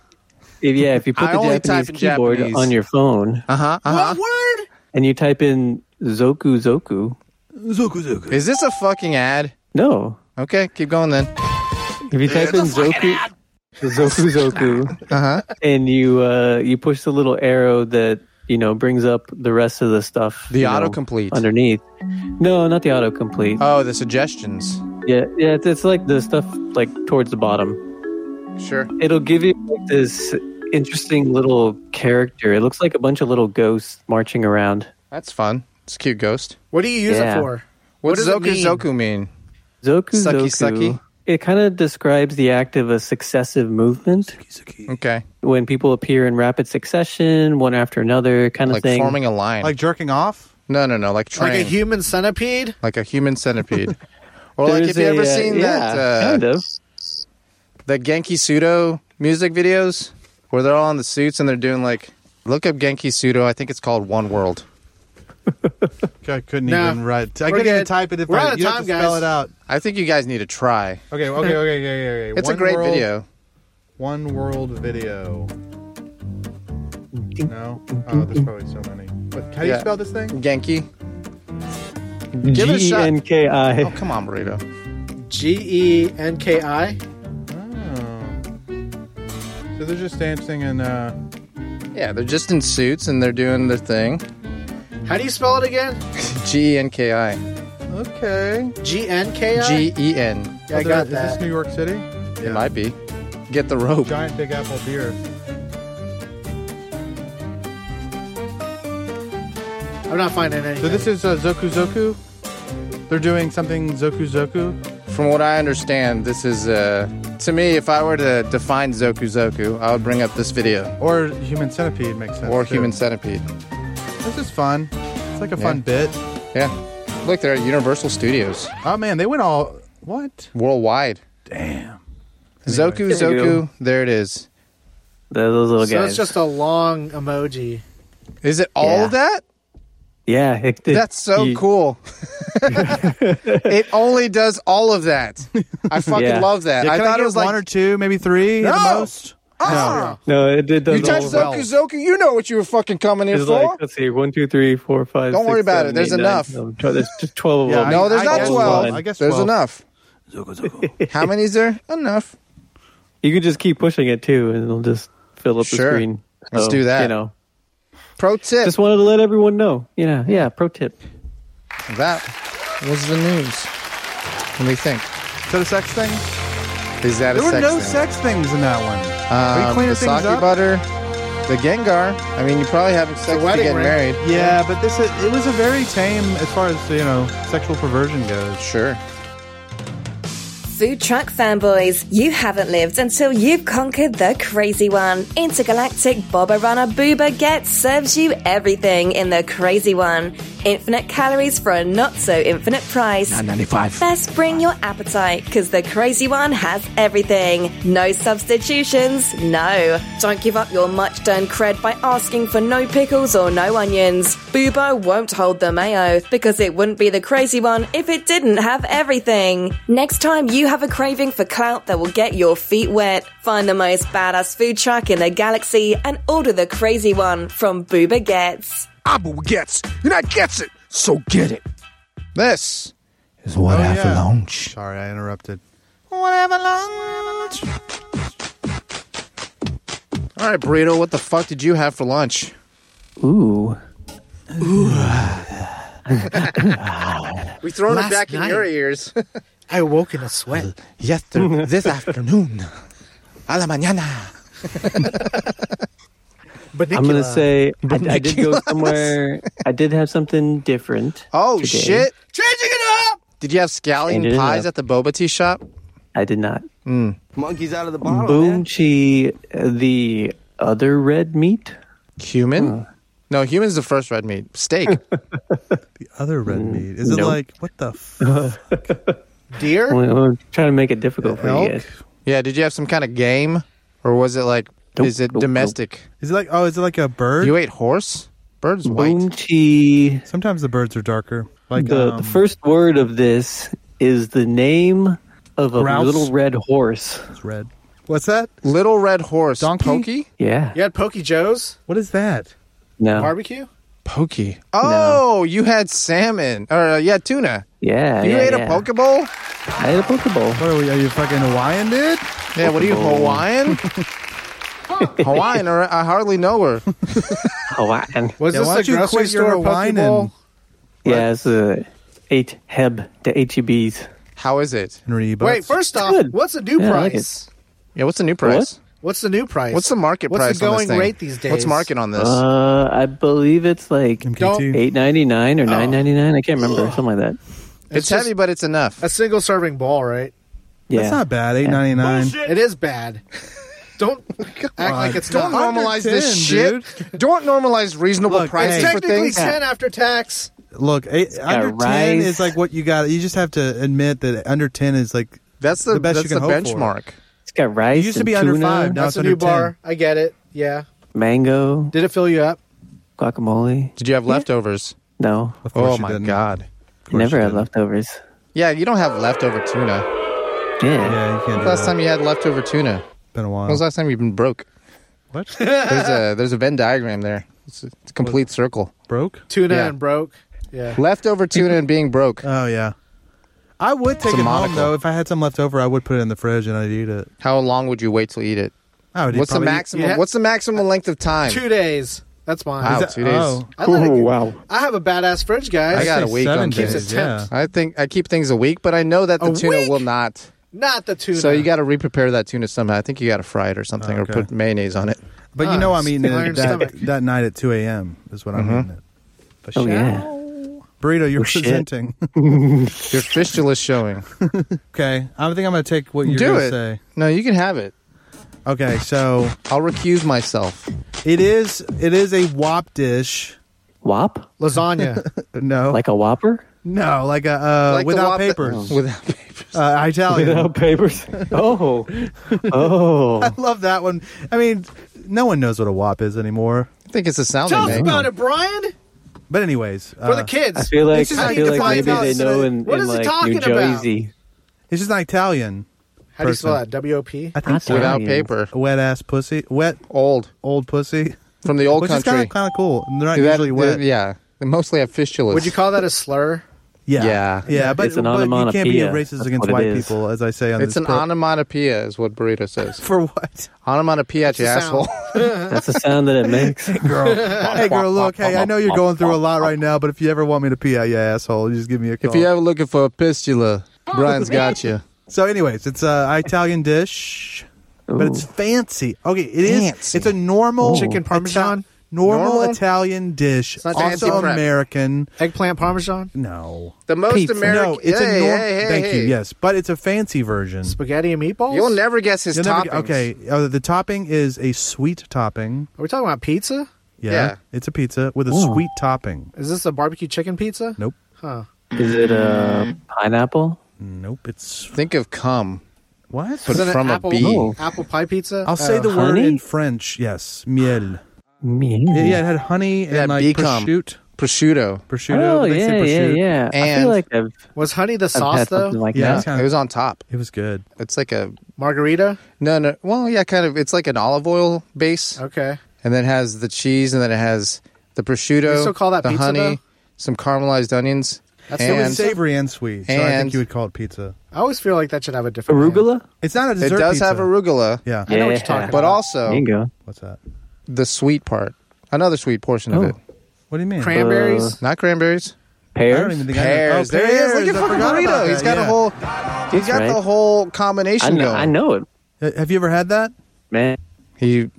F: If, yeah, if you put
D: I
F: the
D: only type
F: Japanese
D: in
F: keyboard
D: Japanese.
F: on your phone
D: Uh huh. Uh huh.
G: What word?
F: and you type in Zoku Zoku,
E: Zuku Zuku.
D: Is this a fucking ad?
F: no.
D: Okay, keep going then.
F: If you type in Zoku Zoku Zoku
D: Uh huh.
F: and you uh, you push the little arrow that you know brings up the rest of the stuff,
D: The
F: you know,
D: autocomplete.
F: underneath. No, not the autocomplete.
D: Oh, the suggestions.
F: yeah, yeah, it's, it's like the stuff like towards the bottom.
D: Sure.
F: It'll give you like, this interesting little character. It looks like a bunch of little ghosts marching around.
D: That's fun. It's a cute ghost.
G: What do you use
F: Yeah.
G: it for?
D: What's
G: does it
D: Zoku
G: mean?
D: Zoku mean?
F: Zoku
D: Sucky,
F: Zoku.
D: sucky.
F: It kind of describes the act of a successive movement
D: Okay.
F: when people appear in rapid succession, one after another, kind of
D: Like
F: thing.
D: forming a line.
E: Like jerking off?
D: no, no, no. Like train.
G: Like a human centipede?
D: human centipede. or like
F: There's
D: if you
F: a,
D: ever
F: uh,
D: seen
F: yeah,
D: that uh,
F: kind of.
D: the Genki Sudo music videos where they're all in the suits and they're doing like look up Genki Sudo. I think it's called One World.
E: I couldn't
G: No.
E: even write. I
G: We're
E: couldn't even
G: good.
E: type it if
G: We're
E: I
G: out of
E: you
G: time,
E: have to spell
G: guys.
E: it out.
D: I think you guys need to try.
E: Okay, okay, okay, okay, okay.
D: It's
E: One
D: a great
E: world,
D: video.
E: One world video. No? Oh, there's probably so many. But how do
D: Yeah.
E: you spell this thing?
D: Genki. Give it a
F: G E
D: shot.
F: N K
D: Oh
F: I.
D: come on, burrito.
G: G E N K I.
E: Oh. So they're just dancing and uh
D: Yeah, they're just in suits and they're doing their thing.
G: How do you spell it again?
D: G E N K I.
E: Okay.
G: G N K I.
D: G E N.
G: Yeah, I
E: Is
G: got
E: this
G: that.
E: New York City?
D: It might be. Get the rope.
E: Giant Big Apple beer.
G: I'm not finding anything.
E: So this is uh, Zoku Zoku. They're doing something Zoku Zoku.
D: from what I understand, this is uh, to me. If I were to define Zoku Zoku, I would bring up this video
E: Or human centipede makes sense.
D: or
E: too.
D: Human Centipede.
E: This is fun. It's like a fun bit.
D: Yeah, look, they're at Universal Studios
E: Oh man, they went all what?
D: worldwide. Damn. Zoku
F: There we
D: Zoku,
F: go.
D: there it is.
F: They're those little
G: So
F: guys.
G: it's just a long emoji.
D: Is it all
F: Yeah.
D: that?
F: yeah, it, it-
D: That's so
F: you-
D: cool. it only does all of that. I fucking
F: Yeah.
D: love that.
E: Yeah,
D: I
E: can
D: thought
E: I get
D: it was
E: one
D: like
E: or two, maybe three at
D: No!
E: the most.
D: Ah!
F: No, it, it does
D: You touched
F: all.
D: Zoku Zoku, you know what you were fucking coming here
F: It's
D: for.
F: like let's see, one, two, three, four, five.
D: Don't
F: six,
D: worry about
F: seven,
D: it. There's
F: eight, nine,
D: enough.
F: ten, twelve. there's just twelve
E: Yeah,
F: of them.
D: no, there's
E: I
D: not
E: guess
D: twelve.
E: one. I guess
D: there's
E: 12.
D: enough. How many is there? Enough.
F: You can just keep pushing it too, and it'll just fill up
D: Sure.
F: the screen.
D: Let's do that.
F: You know,
D: Pro tip.
F: just wanted to let everyone know. Yeah, yeah. Pro tip.
D: that was the news. What do you think?
E: Is that a sex thing?
D: Is that
E: There
D: a
E: were
D: sex
E: no
D: thing?
E: sex things in that one.
D: Um,
E: Are you cleaning
D: the
E: things
D: sake
E: up?
D: butter, the Gengar. I mean, you're probably having sex to
G: wedding
D: get
G: ring.
D: married.
E: Yeah, but this is, it was a very tame as far as you know sexual perversion goes.
D: Sure.
C: Food truck fanboys, you haven't lived until you've conquered the crazy one. Intergalactic Boba Runner Booba Get serves you everything in the crazy one. Infinite calories for a not so infinite price.
I: 95.
C: Best bring your appetite, because the crazy one has everything. No substitutions, no. Don't give up your much earned cred by asking for no pickles or no onions. Booba won't hold the mayo, because it wouldn't be the crazy one if it didn't have everything. Next time you have a craving for clout that will get your feet wet, find the most badass food truck in the galaxy and order the crazy one from Booba Gets.
I: Abu gets, and I gets it, so get it.
D: This.
I: Is what I have
E: yeah.
I: lunch.
E: Sorry, I interrupted.
D: All right, burrito. What the fuck did you have for lunch?
F: Ooh.
D: We thrown
G: it Last back in night. your
D: ears.
G: I woke in a sweat.
I: Yesterday, this afternoon. A la mañana.
F: I'm gonna
G: Banicula.
F: say I, I did go somewhere. I did have something different.
D: Oh
F: today.
D: shit! Changing it up. Did you have scallion
F: Changing it
D: pies
F: up.
D: at the boba tea shop?
F: I did not.
D: Mm.
H: Monkeys out of the bottle,
F: Boom
H: man.
F: chi, uh, the other red meat.
D: Human? No, human's the first red meat. Steak.
E: The other red
D: Mm,
E: meat is it
F: nope.
E: like what the f-
G: deer.
F: I'm I'm trying to make it difficult for you
E: elk?
F: guys.
D: yeah, did you have some kind of game? Or was it like,
F: Nope,
D: is it
F: nope,
D: domestic?
E: Is it like oh is it like a bird?
D: You ate horse? Bird's white.
F: Boom chi.
E: Sometimes the birds are darker. Like
F: The,
E: um,
F: the first word of this is the name of a
E: Grouse?
F: little red horse.
E: it's red. What's that?
D: Little red horse.
E: Donkey?
D: Pokey?
F: Yeah.
G: You had Pokey Joe's
E: What is that?
F: No.
G: barbecue.
D: Pokey. Oh, you had salmon. Or, uh, yeah, tuna.
F: yeah.
D: You
F: Oh, yeah,
D: ate
F: yeah.
D: a Pokeball?
F: I ate a Pokeball.
E: What are we? Are you fucking Hawaiian, dude?
D: Yeah, what are you, Hawaiian? Hawaiian, or I hardly know her.
F: Hawaiian.
G: Was
E: Yeah,
G: this
E: why
G: the
E: don't you
G: grocery
E: quit
G: store
E: your
G: Pokey
E: whining?
G: Bowl?
F: Yeah, it's uh, eight heb the H E B's.
D: How is it?
E: Henry Butts.
G: Wait, first off,
F: good.
G: what's the new
F: Yeah, I like
G: price?
D: Yeah, what's the new price?
G: What's the new price?
D: What's the market
G: What's
D: price
G: the
D: on this
G: going
D: thing?
G: rate these days?
D: What's market on this?
F: Uh, I believe it's like
E: MKT.
F: eight ninety nine or nine ninety nine. I can't remember something like that.
D: it's
G: just-
D: heavy, but it's enough.
G: A single serving ball, right?
F: Yeah,
E: That's not bad. Eight ninety nine.
G: It is bad. Don't
D: Oh
G: act like it's
D: Don't
G: not.
D: normalize this
E: 110,
D: shit. Don't normalize reasonable
E: Look,
D: prices
E: hey.
D: for
G: Technically,
D: things.
G: ten after tax.
E: Look, eight, under ten
F: rice.
E: is like what you got. You just have to admit that under ten is like
D: That's the,
E: The best
D: that's
E: you can
D: the
E: hope for.
D: benchmark.
F: It's got rice.
E: it used to
F: and
E: be
F: tuna,
E: under five. Now it's
G: That's a
E: under
G: new
E: 10.
G: bar. I get it. Yeah.
F: Mango
G: Did it fill you up?
F: guacamole.
D: Did you have leftovers?
F: No,
E: Of course
D: Oh
E: you
D: my
E: didn't.
D: god.
E: Of course
F: never
E: you
F: had
E: didn't.
F: leftovers.
D: Yeah, you don't have leftover tuna.
F: Yeah,
E: Yeah, you can't. Do
D: Last
E: that.
D: time you had leftover tuna.
E: been a while.
D: When was the last time you've been broke?
E: What?
D: There's a there's a Venn diagram there. It's a, it's a complete circle.
E: Broke?
G: Tuna
D: Yeah.
G: and broke. Yeah.
D: Leftover tuna and being broke.
E: Oh yeah. I would take
D: a
E: it home
D: monocle.
E: though. If I had some left over, I would put it in the fridge and I'd eat it.
D: How long would you wait to eat it?
E: I would eat
D: What's the
E: probably-
D: maximum?
G: Yeah.
D: What's the maximum length of time?
G: Two days. That's mine.
D: Wow,
E: Is that-
D: two days.
E: oh.
G: I, let it-
F: wow.
G: I have a badass fridge, guys.
D: I got a
E: Say
D: week
E: seven
D: on
E: days,
D: this.
E: Yeah.
G: Attempt.
D: I think I keep things a week, but I know that the
G: A
D: tuna
G: week?
D: will not.
G: Not the tuna.
D: So you got to re-prepare that tuna somehow. I think you got to fry it or something,
E: Okay.
D: or put mayonnaise on it.
E: But you know, I'm eating
G: Iron
E: it uh, that,
G: stomach.
D: Mm-hmm.
E: that night at 2 a.m. is when I'm eating it. But
F: oh
E: shit.
F: yeah.
E: Burrito, you're
F: Oh, shit.
E: presenting.
D: Your fistula's showing.
E: okay. I think I'm going to take what you're
D: Do
E: going to
D: it.
E: say.
D: No, you can have it.
E: Okay, so
D: I'll recuse myself.
E: it is it is a wop dish.
F: Wop?
G: Lasagna.
E: No,
F: Like a whopper?
E: no, like a uh,
D: Like the Oh.
E: without
D: wop that-
E: papers.
D: Without papers.
E: uh, Italian.
F: Without papers? Oh. Oh.
E: Love that one. I mean, no one knows what a wop is anymore.
D: I think it's a sound
G: Tell us
D: they make.
G: about it, Brian.
E: But anyways,
G: For
E: uh,
G: the kids.
F: I feel like
G: This is how
F: I
G: you
F: feel like
G: define
F: maybe they
G: us.
F: know in,
G: What
F: in
G: is he
F: like
G: talking
F: New
G: about?
F: Jersey.
E: it's just an Italian.
G: How do you spell
E: person.
G: that? W O P.
E: I think so.
D: Without
F: Italian.
D: paper.
E: wet ass pussy, wet
D: Old.
E: old pussy,
D: From the old
E: which
D: country.
E: is kind of kind of cool. And They're not
D: Do that-
E: usually wet.
D: uh, yeah. They mostly have fistulas.
G: Would you call that a slur?
E: Yeah.
D: Yeah.
E: Yeah, but,
F: It's an
E: but you can't be
F: onomatopoeia.
E: racist
F: That's
E: against
F: what it
E: white
F: is.
E: people, as I say on
D: it's
E: this
D: an
E: pro-
D: onomatopoeia, is what burrito says.
E: for what?
D: Onomatopoeia, at you
G: a
D: asshole.
G: sound.
F: That's the sound that it makes.
E: hey, girl, look, hey, I know you're going through a lot right now, but if you ever want me to pee out your asshole, you just give me a call.
D: if you're ever looking for a fistula, Brian's got you.
E: so, anyways, it's a Italian dish, but it's fancy. Okay, it is.
D: Fancy.
E: It's a normal
G: Chicken
E: Ita-
G: parmesan?
E: normal,
D: Normal?
E: Italian dish.
G: not
E: also
D: fancy prep.
E: American.
G: Eggplant parmesan?
E: No.
D: The most
F: Pizza.
D: American.
E: No, it's
D: Hey,
E: a normal.
D: hey, hey,
E: thank
D: hey.
E: you. Yes, but it's a fancy version.
G: Spaghetti and meatballs?
D: You'll never guess his
E: You'll never
D: toppings.
E: get- okay, uh, the topping is a sweet topping.
G: Are we talking about pizza?
E: Yeah,
D: Yeah.
E: it's a pizza with a
F: Ooh.
E: sweet topping.
G: Is this a barbecue chicken pizza?
E: Nope,
G: Huh.
F: Is it a pineapple?
E: nope. It's
D: Think of cum,
E: what?
D: but
G: Is it
D: from a
G: an apple,
D: bee.
F: Oh.
G: apple pie pizza?
E: I'll say the
G: Oh.
E: word
F: honey?
E: in French. Yes, miel.
F: Me.
E: Yeah, yeah, it had honey and
D: Yeah,
E: like
D: bee cum.
E: prosciutto.
D: Prosciutto.
E: Prosciutto.
F: Oh
E: they say
F: yeah, yeah,
E: prosciutto.
F: yeah. I
D: And-
F: feel like I've,
G: Was honey the
F: I've
G: sauce
F: had
G: though?
F: something like
E: Yeah,
F: that.
E: it's kind
D: It was
E: of,
D: on top.
E: it was good.
D: It's like a
G: Margarita?
D: no, no. Well, yeah, kind of. It's like an olive oil base,
G: Okay.
D: and then it has the cheese, and then it has the prosciutto.
G: They still call that
D: the
G: pizza,
D: honey,
G: though?
D: some caramelized onions,
G: That's
E: It was
D: and
E: savory and sweet. So I
D: and-
E: think you would call it pizza.
G: I always feel like that should have a different name.
F: Arugula?
E: It's not a
D: it
E: dessert.
D: does
E: pizza.
D: have arugula,
E: Yeah.
G: I know what you're talking
D: but
G: about.
F: There
D: also
F: you go.
E: What's that?
D: the sweet part. Another sweet portion of
F: Oh.
D: it,
E: What do you mean?
F: Uh,
G: Cranberries?
D: not cranberries.
E: I don't
F: Pears?
E: even think
D: Pears.
E: I know. Oh,
D: there he is.
E: pears.
D: Look at
E: I
D: fucking
E: forgot about
D: burrito.
E: that,
D: He's got a
E: yeah.
D: whole. He's got
F: right.
D: the whole
F: I
D: combination
F: know,
D: going.
F: I know it,
E: Uh, Have you ever had that?
F: man.
D: He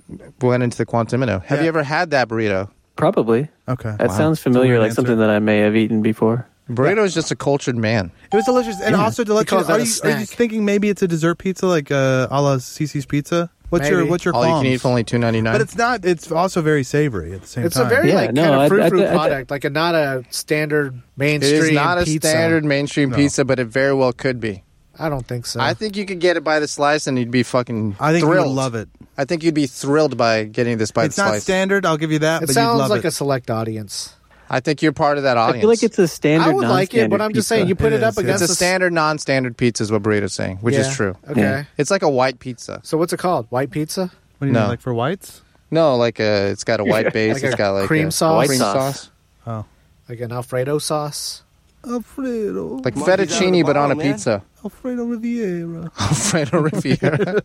D: went into the Quantimino. Have
E: Yeah.
D: you ever had that burrito?
F: Probably.
E: Okay.
F: That
E: Wow.
F: sounds
E: It's a
F: familiar,
E: weird
F: like
E: answer.
F: something that I may have eaten before.
D: Burrito is just a cultured man.
E: It was delicious and also
G: calls
E: delicious.
G: that
E: Are
G: a
E: you, are you
G: snack.
E: thinking maybe it's a dessert pizza like uh, a la CC's Pizza? What's your
G: Maybe.
E: what's your
D: All you can
E: qualms?
D: eat for only two ninety nine.
E: But it's not. It's also very savory at the same
G: It's
E: time.
G: a very
F: Yeah,
G: like
F: no,
G: kind
F: I-
G: of fruit
F: I-
G: fruit
F: I- I-
G: product, like a not a standard
D: It
G: mainstream
D: is not a
G: pizza.
D: standard mainstream pizza, but it very well could be.
G: I don't think so.
D: I think you could get it by the slice, and you'd be fucking.
E: I think
D: thrilled.
E: you would love it.
D: I think you'd be thrilled by getting this by
E: it's
D: the
E: not
D: slice.
E: standard. I'll give you that.
G: it
E: but you'd
G: sounds
E: love
G: like a
E: it.
G: select audience.
D: I think you're part of that audience.
F: I feel like it's a standard.
G: I would like it, but
F: non-standard
G: I'm just saying you
F: pizza.
G: put
E: It
G: it, up
E: is, yeah.
D: It's
G: against
D: a standard non-standard pizza is what burrito's saying, which
G: Yeah.
D: is true.
G: Okay.
F: Yeah.
D: It's like a white pizza.
G: So what's it called? White pizza?
E: What do you
D: No.
E: mean, like for whites?
D: No, like a, it's got a white base.
G: Like a
D: it's got like
G: cream
D: a
G: sauce? White
D: cream
F: sauce.
D: sauce,
E: Oh,
G: Like an Alfredo sauce?
E: Alfredo,
D: like
H: Monkey's out of the
D: fettuccine, but on a
H: bottle, man.
D: pizza.
E: Alfredo Riviera.
D: Alfredo Riviera.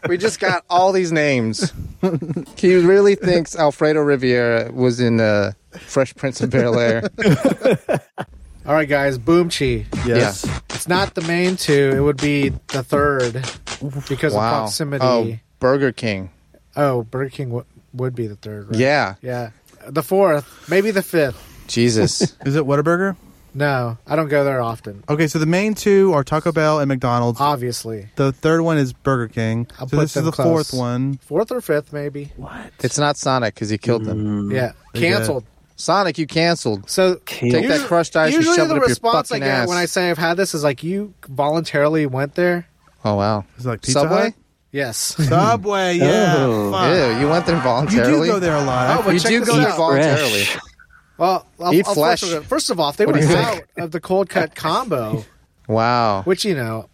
D: we just got all these names. He really thinks Alfredo Riviera was in uh, Fresh Prince of Bel Air.
G: All right, guys. Boom chi.
E: Yes.
G: It's not the main two. It would be the third because of
D: Wow.
G: proximity.
D: Oh,
G: Oh,
D: Burger King.
G: Burger King w- would be the third. Right?
D: Yeah.
G: Yeah. The fourth, maybe the fifth.
D: Jesus.
E: Is it Whataburger?
G: No, I don't go there often.
E: Okay, so the main two are Taco Bell and McDonald's.
D: Uh,
G: Obviously,
E: the third one is Burger King.
G: I'll
E: so
G: put
E: this is
G: them
E: the
G: close.
E: fourth one.
G: fourth or fifth, maybe.
D: it's not Sonic because he killed them.
G: Yeah,
E: got-
G: canceled.
D: Sonic, you canceled.
G: So
F: Canceled.
D: Take that crushed ice and
G: Usually,
D: shove it
G: the
D: up your
G: response I
D: fucking
G: get
D: ass.
G: when I say I've had this is like, "You voluntarily went there."
D: Oh, wow.
E: Is it like Pizza
D: Subway?
G: Yes.
E: Hut? Subway, yeah.
F: Oh.
E: fuck.
D: Ew, you went there
E: You
D: voluntarily?
E: do go there a lot.
G: Oh, but
D: You
G: check
D: do
G: this
D: go there
G: out.
D: voluntarily.
F: Fresh.
G: Well, I'll,
D: Eat
G: I'll
D: flesh.
G: first, of- first of all, if they
D: What
G: were
D: do you
G: out
D: think?
G: of the cold cut combo,
D: Wow.
G: which you know,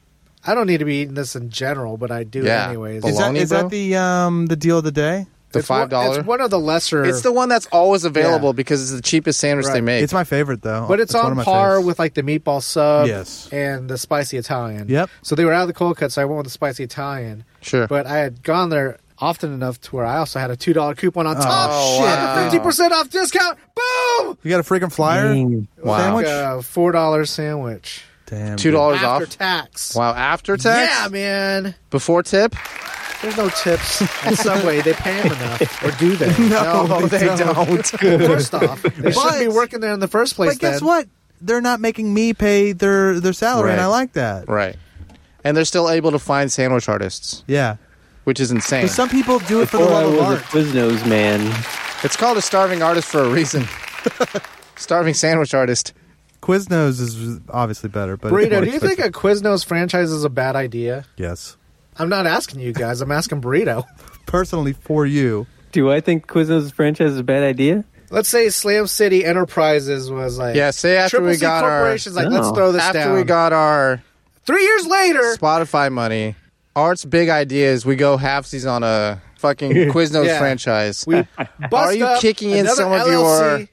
G: I don't need to be eating this in general, but I do
D: Yeah.
G: anyways.
E: is that,
D: Bologna,
E: is that
D: bro?
E: the um the deal of the day?
D: the
G: It's one-
D: $5? dollar?
G: It's one of the lesser.
D: It's the one that's always available because it's the cheapest sandwich
G: Right.
D: they make.
E: It's my favorite though.
G: but it's,
E: one of
G: on
E: my
G: par
E: faves.
G: with like the meatball sub
E: Yes.
G: and the spicy Italian.
E: Yep.
G: So they were out of the cold cut, so I went with the spicy Italian.
D: Sure.
G: But I had gone there often enough to where I also had a two dollar coupon on top.
D: Oh, wow.
G: Fifty percent off discount. Boom.
E: You got a freaking flyer
F: Dang.
D: Wow.
E: sandwich?
G: Like a four dollar sandwich
E: Damn.
D: $2
G: after
D: off.
G: tax.
D: Wow, after tax?
G: Yeah, man.
D: Before tip?
G: There's no tips at Subway. They pay them enough, or do they?
D: No, they don't.
G: First off, they shouldn't be
E: But-
G: working there in the first place.
E: But guess
G: then.
E: what? They're not making me pay their their salary, and
D: Right.
E: I like that.
D: right. And they're still able to find sandwich artists,
E: Yeah,
D: which is insane.
E: 'Cause some people do it for the
F: Or Oh, I
E: love of
F: was a
E: art.
F: Quiznos man.
D: It's called a starving artist for a reason. starving sandwich artist.
E: Quiznos is obviously better, but it's
G: Burrito,
E: more
G: do you think
E: expensive.
G: a Quiznos franchise is a bad idea?
E: yes,
G: I'm not asking you guys. I'm asking Burrito.
E: personally for you,
F: Do I think Quiznos franchise is a bad idea?
G: Let's say Slam City Enterprises was like
D: Yeah, say after
G: Triple
D: we
G: C
D: got our-
G: Corporation's like let's
F: No.
G: throw this
D: After
G: down.
D: we got our
G: Three years later,
D: Spotify money, Art's big idea is we go halfsies on a fucking Quiznos
G: Yeah.
D: franchise.
G: we bust
D: Are you
G: up
D: kicking in
G: another
D: some of
G: LLC.
D: your-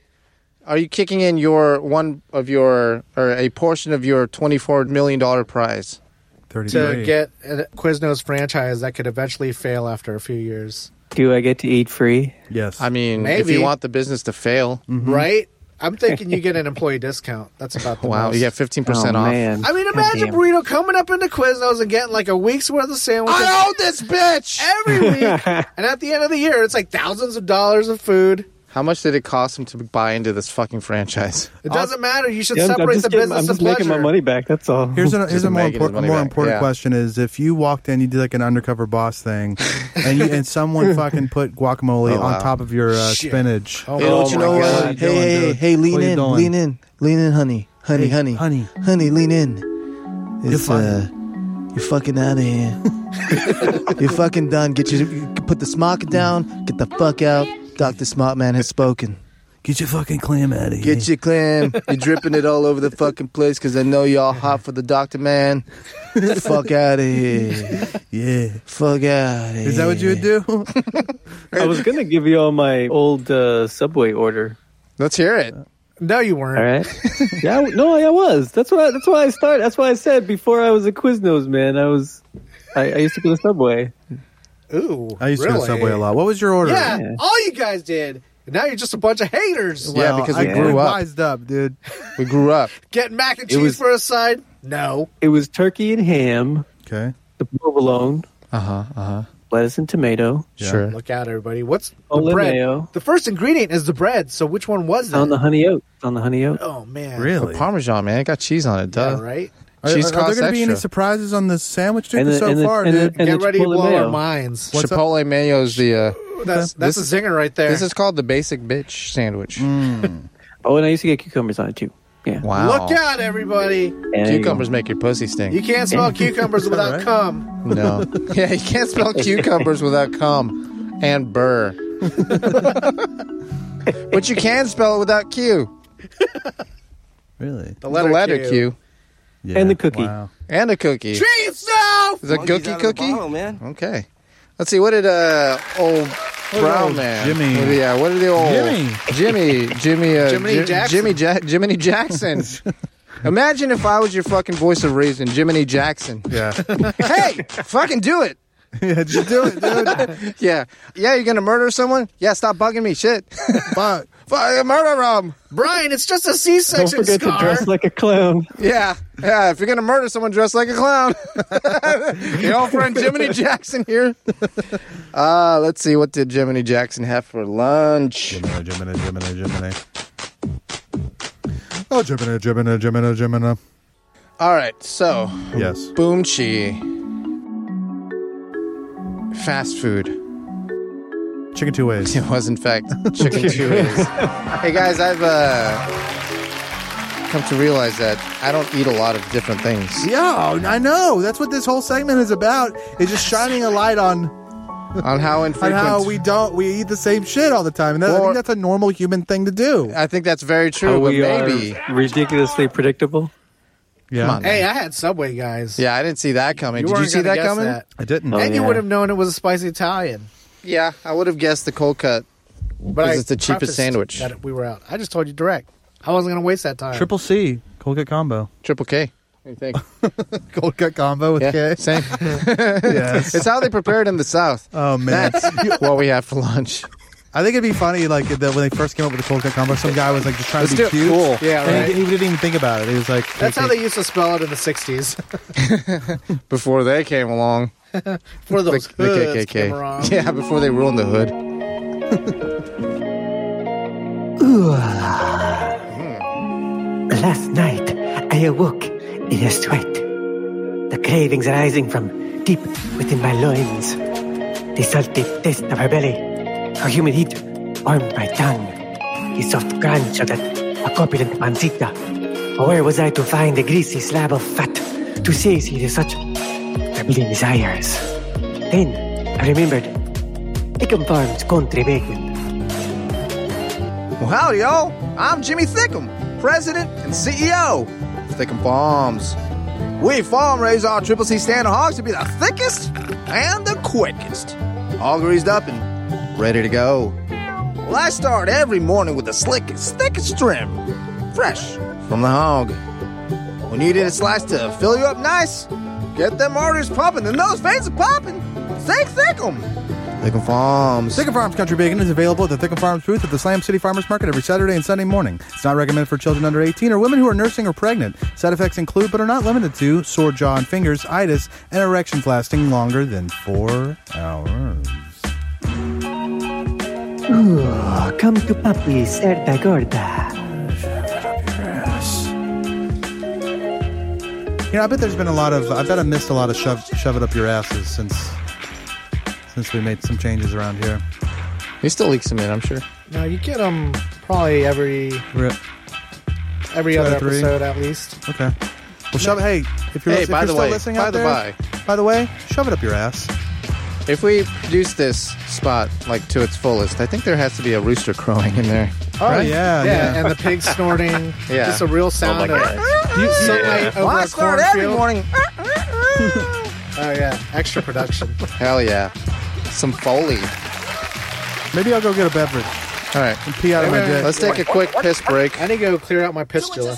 D: Are you kicking in your one of your or a portion of your twenty-four million dollar prize?
E: thirty
G: to get a Quiznos franchise that could eventually fail after a few years,
F: Do I get to eat free?
E: Yes,
D: I mean, if
G: Maybe.
D: you want the business to fail,
G: right? I'm thinking you get an employee discount. That's about the
D: wow,
G: most.
D: you get fifteen percent
F: oh,
D: off.
F: Man.
G: I mean, imagine
F: Goddamn.
G: Burrito coming up into Quiznos and getting like a week's worth of sandwiches
D: I own this bitch.
G: every week, and at the end of the year, it's like thousands of dollars of food.
D: How much did it cost him to buy into this fucking franchise?
G: It doesn't matter. You should
F: Yeah, I'm- I'm,
G: separate
F: just
G: the
F: getting-
G: business
F: I'm
G: and
F: just
G: pleasure.
F: making my money back. That's all.
E: Here's a, here's a more,
D: making his
E: impor-
D: money
E: more
D: back,
E: important
D: yeah.
E: question is if you walked in, you did like an undercover boss thing, and you, and someone fucking put guacamole
D: Oh, wow.
E: on top of your uh,
G: Shit.
E: spinach.
G: Oh, Hey, don't you
E: my
G: know
E: God.
G: what?
E: How you doing, dude? What you doing?
I: in, lean in, honey, honey, honey,
E: honey.
I: honey, lean in. It's, uh,
E: fine.
I: you're fucking out of here. you're fucking done. Get your, you can put the smock down. Get the fuck out. Doctor Smartman has spoken.
E: Get your fucking clam out of here.
I: Get your clam. You're dripping it all over the fucking place because I know y'all hot for the doctor man. fuck out of here.
E: yeah.
I: Fuck out of here.
E: Is that what you would do?
F: I was gonna give you all my old uh, Subway order.
D: Let's hear it.
G: No, you weren't.
F: All right. yeah. I- No, I was. That's why. That's why I started. That's why I said before I was a Quiznos man. I was. I, I used to go to Subway.
G: Ooh,
E: I used to go
G: really?
E: to Subway a lot. What was your order?
G: Yeah,
F: Yeah.
G: all you guys did. And now you're just a bunch of haters.
D: Yeah, because we
E: I
D: grew up.
E: Wised up, dude.
D: We grew up.
G: Getting mac and
F: It
G: cheese
F: was-
G: for a side? No.
F: It was turkey and ham,
E: Okay.
F: the provolone,
D: Uh huh. Uh
F: uh-huh.
D: huh.
F: lettuce and tomato.
E: Yeah.
D: Sure.
G: Look out, everybody. What's the
F: Ole
G: bread?
F: mayo.
G: The first ingredient is the bread. So which one was it?
F: On the honey oat. On the honey oat.
G: oh man,
E: Really? Are,
D: Parmesan, man. It got cheese on it. Duh.
F: Uh,
G: Yeah, right.
E: are, are
D: Cheese
E: there
D: costs
E: going to be any
D: extra.
E: surprises on the sandwich, dude?
F: And the-
E: so
F: and the-
E: far,
F: and the-
E: dude.
F: and-
G: Get ready to
F: Chipotle
G: blow our
F: mayo.
G: minds.
E: What's up?
D: Chipotle mayo is the. Uh,
G: That's that's
D: This-
G: a zinger right there.
D: This is called the basic bitch sandwich.
F: Oh, and I used to get cucumbers on it too. Yeah.
D: Wow.
G: Look out, everybody!
F: And
D: Cucumbers make your pussy
G: You
D: stink.
G: can't smell cucumbers without
E: Alright.
G: cum.
D: no. Yeah, you can't spell cucumbers without cum and burr. but you can spell it without Q.
E: Really?
G: The
D: The
G: letter,
D: letter, Q.
E: Yeah.
F: And the cookie.
E: Wow.
D: And a cookie.
G: Treat yourself.
D: Is a
H: Monkey's
D: cookie
H: out of the
D: cookie?
H: bottle, man.
D: Okay. Let's see. What did uh old brown
E: old
D: man?
E: Jimmy.
D: What did- yeah. What did the old
E: Jimmy.
D: Jimmy? Jimmy. Uh,
G: Jiminy
D: Jim-
G: Jackson.
D: Jimmy. Ja- Jiminy Jackson. Imagine if I was your fucking voice of reason, Jiminy Jackson.
E: Yeah.
D: hey, fucking do it.
E: yeah. Just do it, dude.
D: Yeah. Yeah, you're gonna murder someone? Yeah, stop bugging me. Shit.
E: Fuck.
D: Fucking murder him.
G: Brian, it's just a
F: Don't
G: C-section
F: forget to
G: scar.
F: dress like a clown.
D: Yeah. Yeah. If you're gonna murder someone, dress like a clown. your old friend Jiminy Jackson here. Uh, let's see. What did Jiminy Jackson have for lunch?
E: Gemini, Gemini, Gemini, Gemini. Oh, Gemini, Gemini, Gemini, Gemini.
D: All right. So,
E: Yes.
D: Boomchi. Fast food.
E: Chicken two ways.
D: It was, in fact, chicken two is. Hey guys, I've uh, come to realize that I don't eat a lot of different things.
E: Yeah, I know. That's what this whole segment is about. It's just shining a light on,
D: On how
E: on
D: infrequent.
E: how we don't we eat the same shit all the time, and that, I
D: Or-
E: think that's a normal human thing to do.
D: I think that's very true,
F: How
D: but
F: we
D: maybe.
F: are ridiculously predictable.
E: Yeah,
D: Come on.
G: Hey, I had Subway guys.
D: Yeah, I didn't see that coming.
G: you
D: Did you
G: weren't
D: see that
G: gonna guess
D: coming?
G: That.
E: I didn't.
F: Oh,
G: and you
F: yeah.
G: would have known it was a spicy Italian.
D: Yeah, I would have guessed the cold cut.
G: But
D: 'Cause
G: I
D: it's the cheapest
G: prefaced
D: sandwich.
G: That we were out. I just told you direct. I wasn't going to waste that time.
E: Triple C Colgate combo.
D: Triple K. What do you think?
E: Colgate combo with
D: Yeah,
E: K.
D: same.
E: Yes.
D: It's how they prepare it in the South.
E: oh man,
D: That's what we have for lunch.
E: I think it'd be funny like that when they first came up with the Colgate combo. Some guy was like just trying
D: Let's
E: to
D: do it
E: be cute.
D: cool.
G: Yeah,
E: And
G: right.
E: he, he didn't even think about it. He was like,
G: That's how
E: okay.
G: they used to spell it in the 60s.
D: Before they came along.
G: For those
D: the
G: hoods
D: KKK.
G: came around.
D: Yeah, before they rule in the hood.
J: Last night, I awoke in a sweat. The cravings rising from deep within my loins. The salty taste of her belly, her humid heat warmed my tongue. The soft crunch of that corpulent pancita. Where was I to find a greasy slab of fat to satiate such troubling desires? Then I remembered Pickham Farms country bacon.
D: Well, howdy, y'all. I'm Jimmy Thickum, president and CEO of Thickum Farms. We farm raise our Triple C standard hogs to be the thickest and the quickest. All greased up and ready to go. Well, I start every morning with the slickest, thickest trim, fresh from the hog. When you need a slice to fill you up nice, get them arteries pumping and those veins are popping. Think Thickum. Thickum Farms.
E: Thicken Farms Country Bacon is available at the Thicken Farms booth at the Slam City Farmers Market every Saturday and Sunday morning. It's not recommended for children under 18 or women who are nursing or pregnant. Side effects include, but are not limited to, sore jaw and fingers, itis, and erections lasting longer than four hours.
J: Ooh, come to papi, certa gorda.
E: You know, I bet there's been a lot of, I bet I missed a lot of shove, shove it up your asses since since we made some changes around here.
D: We still leak some in, I'm sure.
G: Now you get them probably every
E: Rip.
G: every
E: Two out
G: other
E: of three.
G: episode at least.
E: Okay. Well, shove, hey, if you're,
D: Hey,
E: if
D: by
E: you're
D: the
E: still
D: way,
E: listening
D: by
E: out
D: the
E: there,
D: by.
E: by the way, shove it up your ass.
D: If we produce this spot like to its fullest, I think there has to be a rooster crowing in there.
G: Oh
E: Right? yeah, yeah.
G: and the pig snorting.
D: Yeah.
G: just a real sound. of
D: You
G: sunlight over a cornfield.
D: morning.
G: Oh yeah, extra production.
D: Hell yeah. Some foley.
E: Maybe I'll go get a beverage
D: All right.
E: and pee out of my dick.
D: Let's take a quick piss break.
G: I need to go clear out my fistula.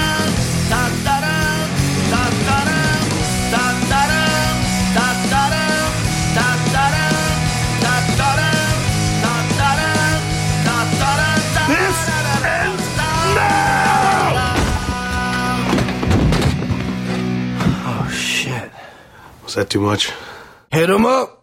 B: This ends now!
H: Was that too much? Hit him up!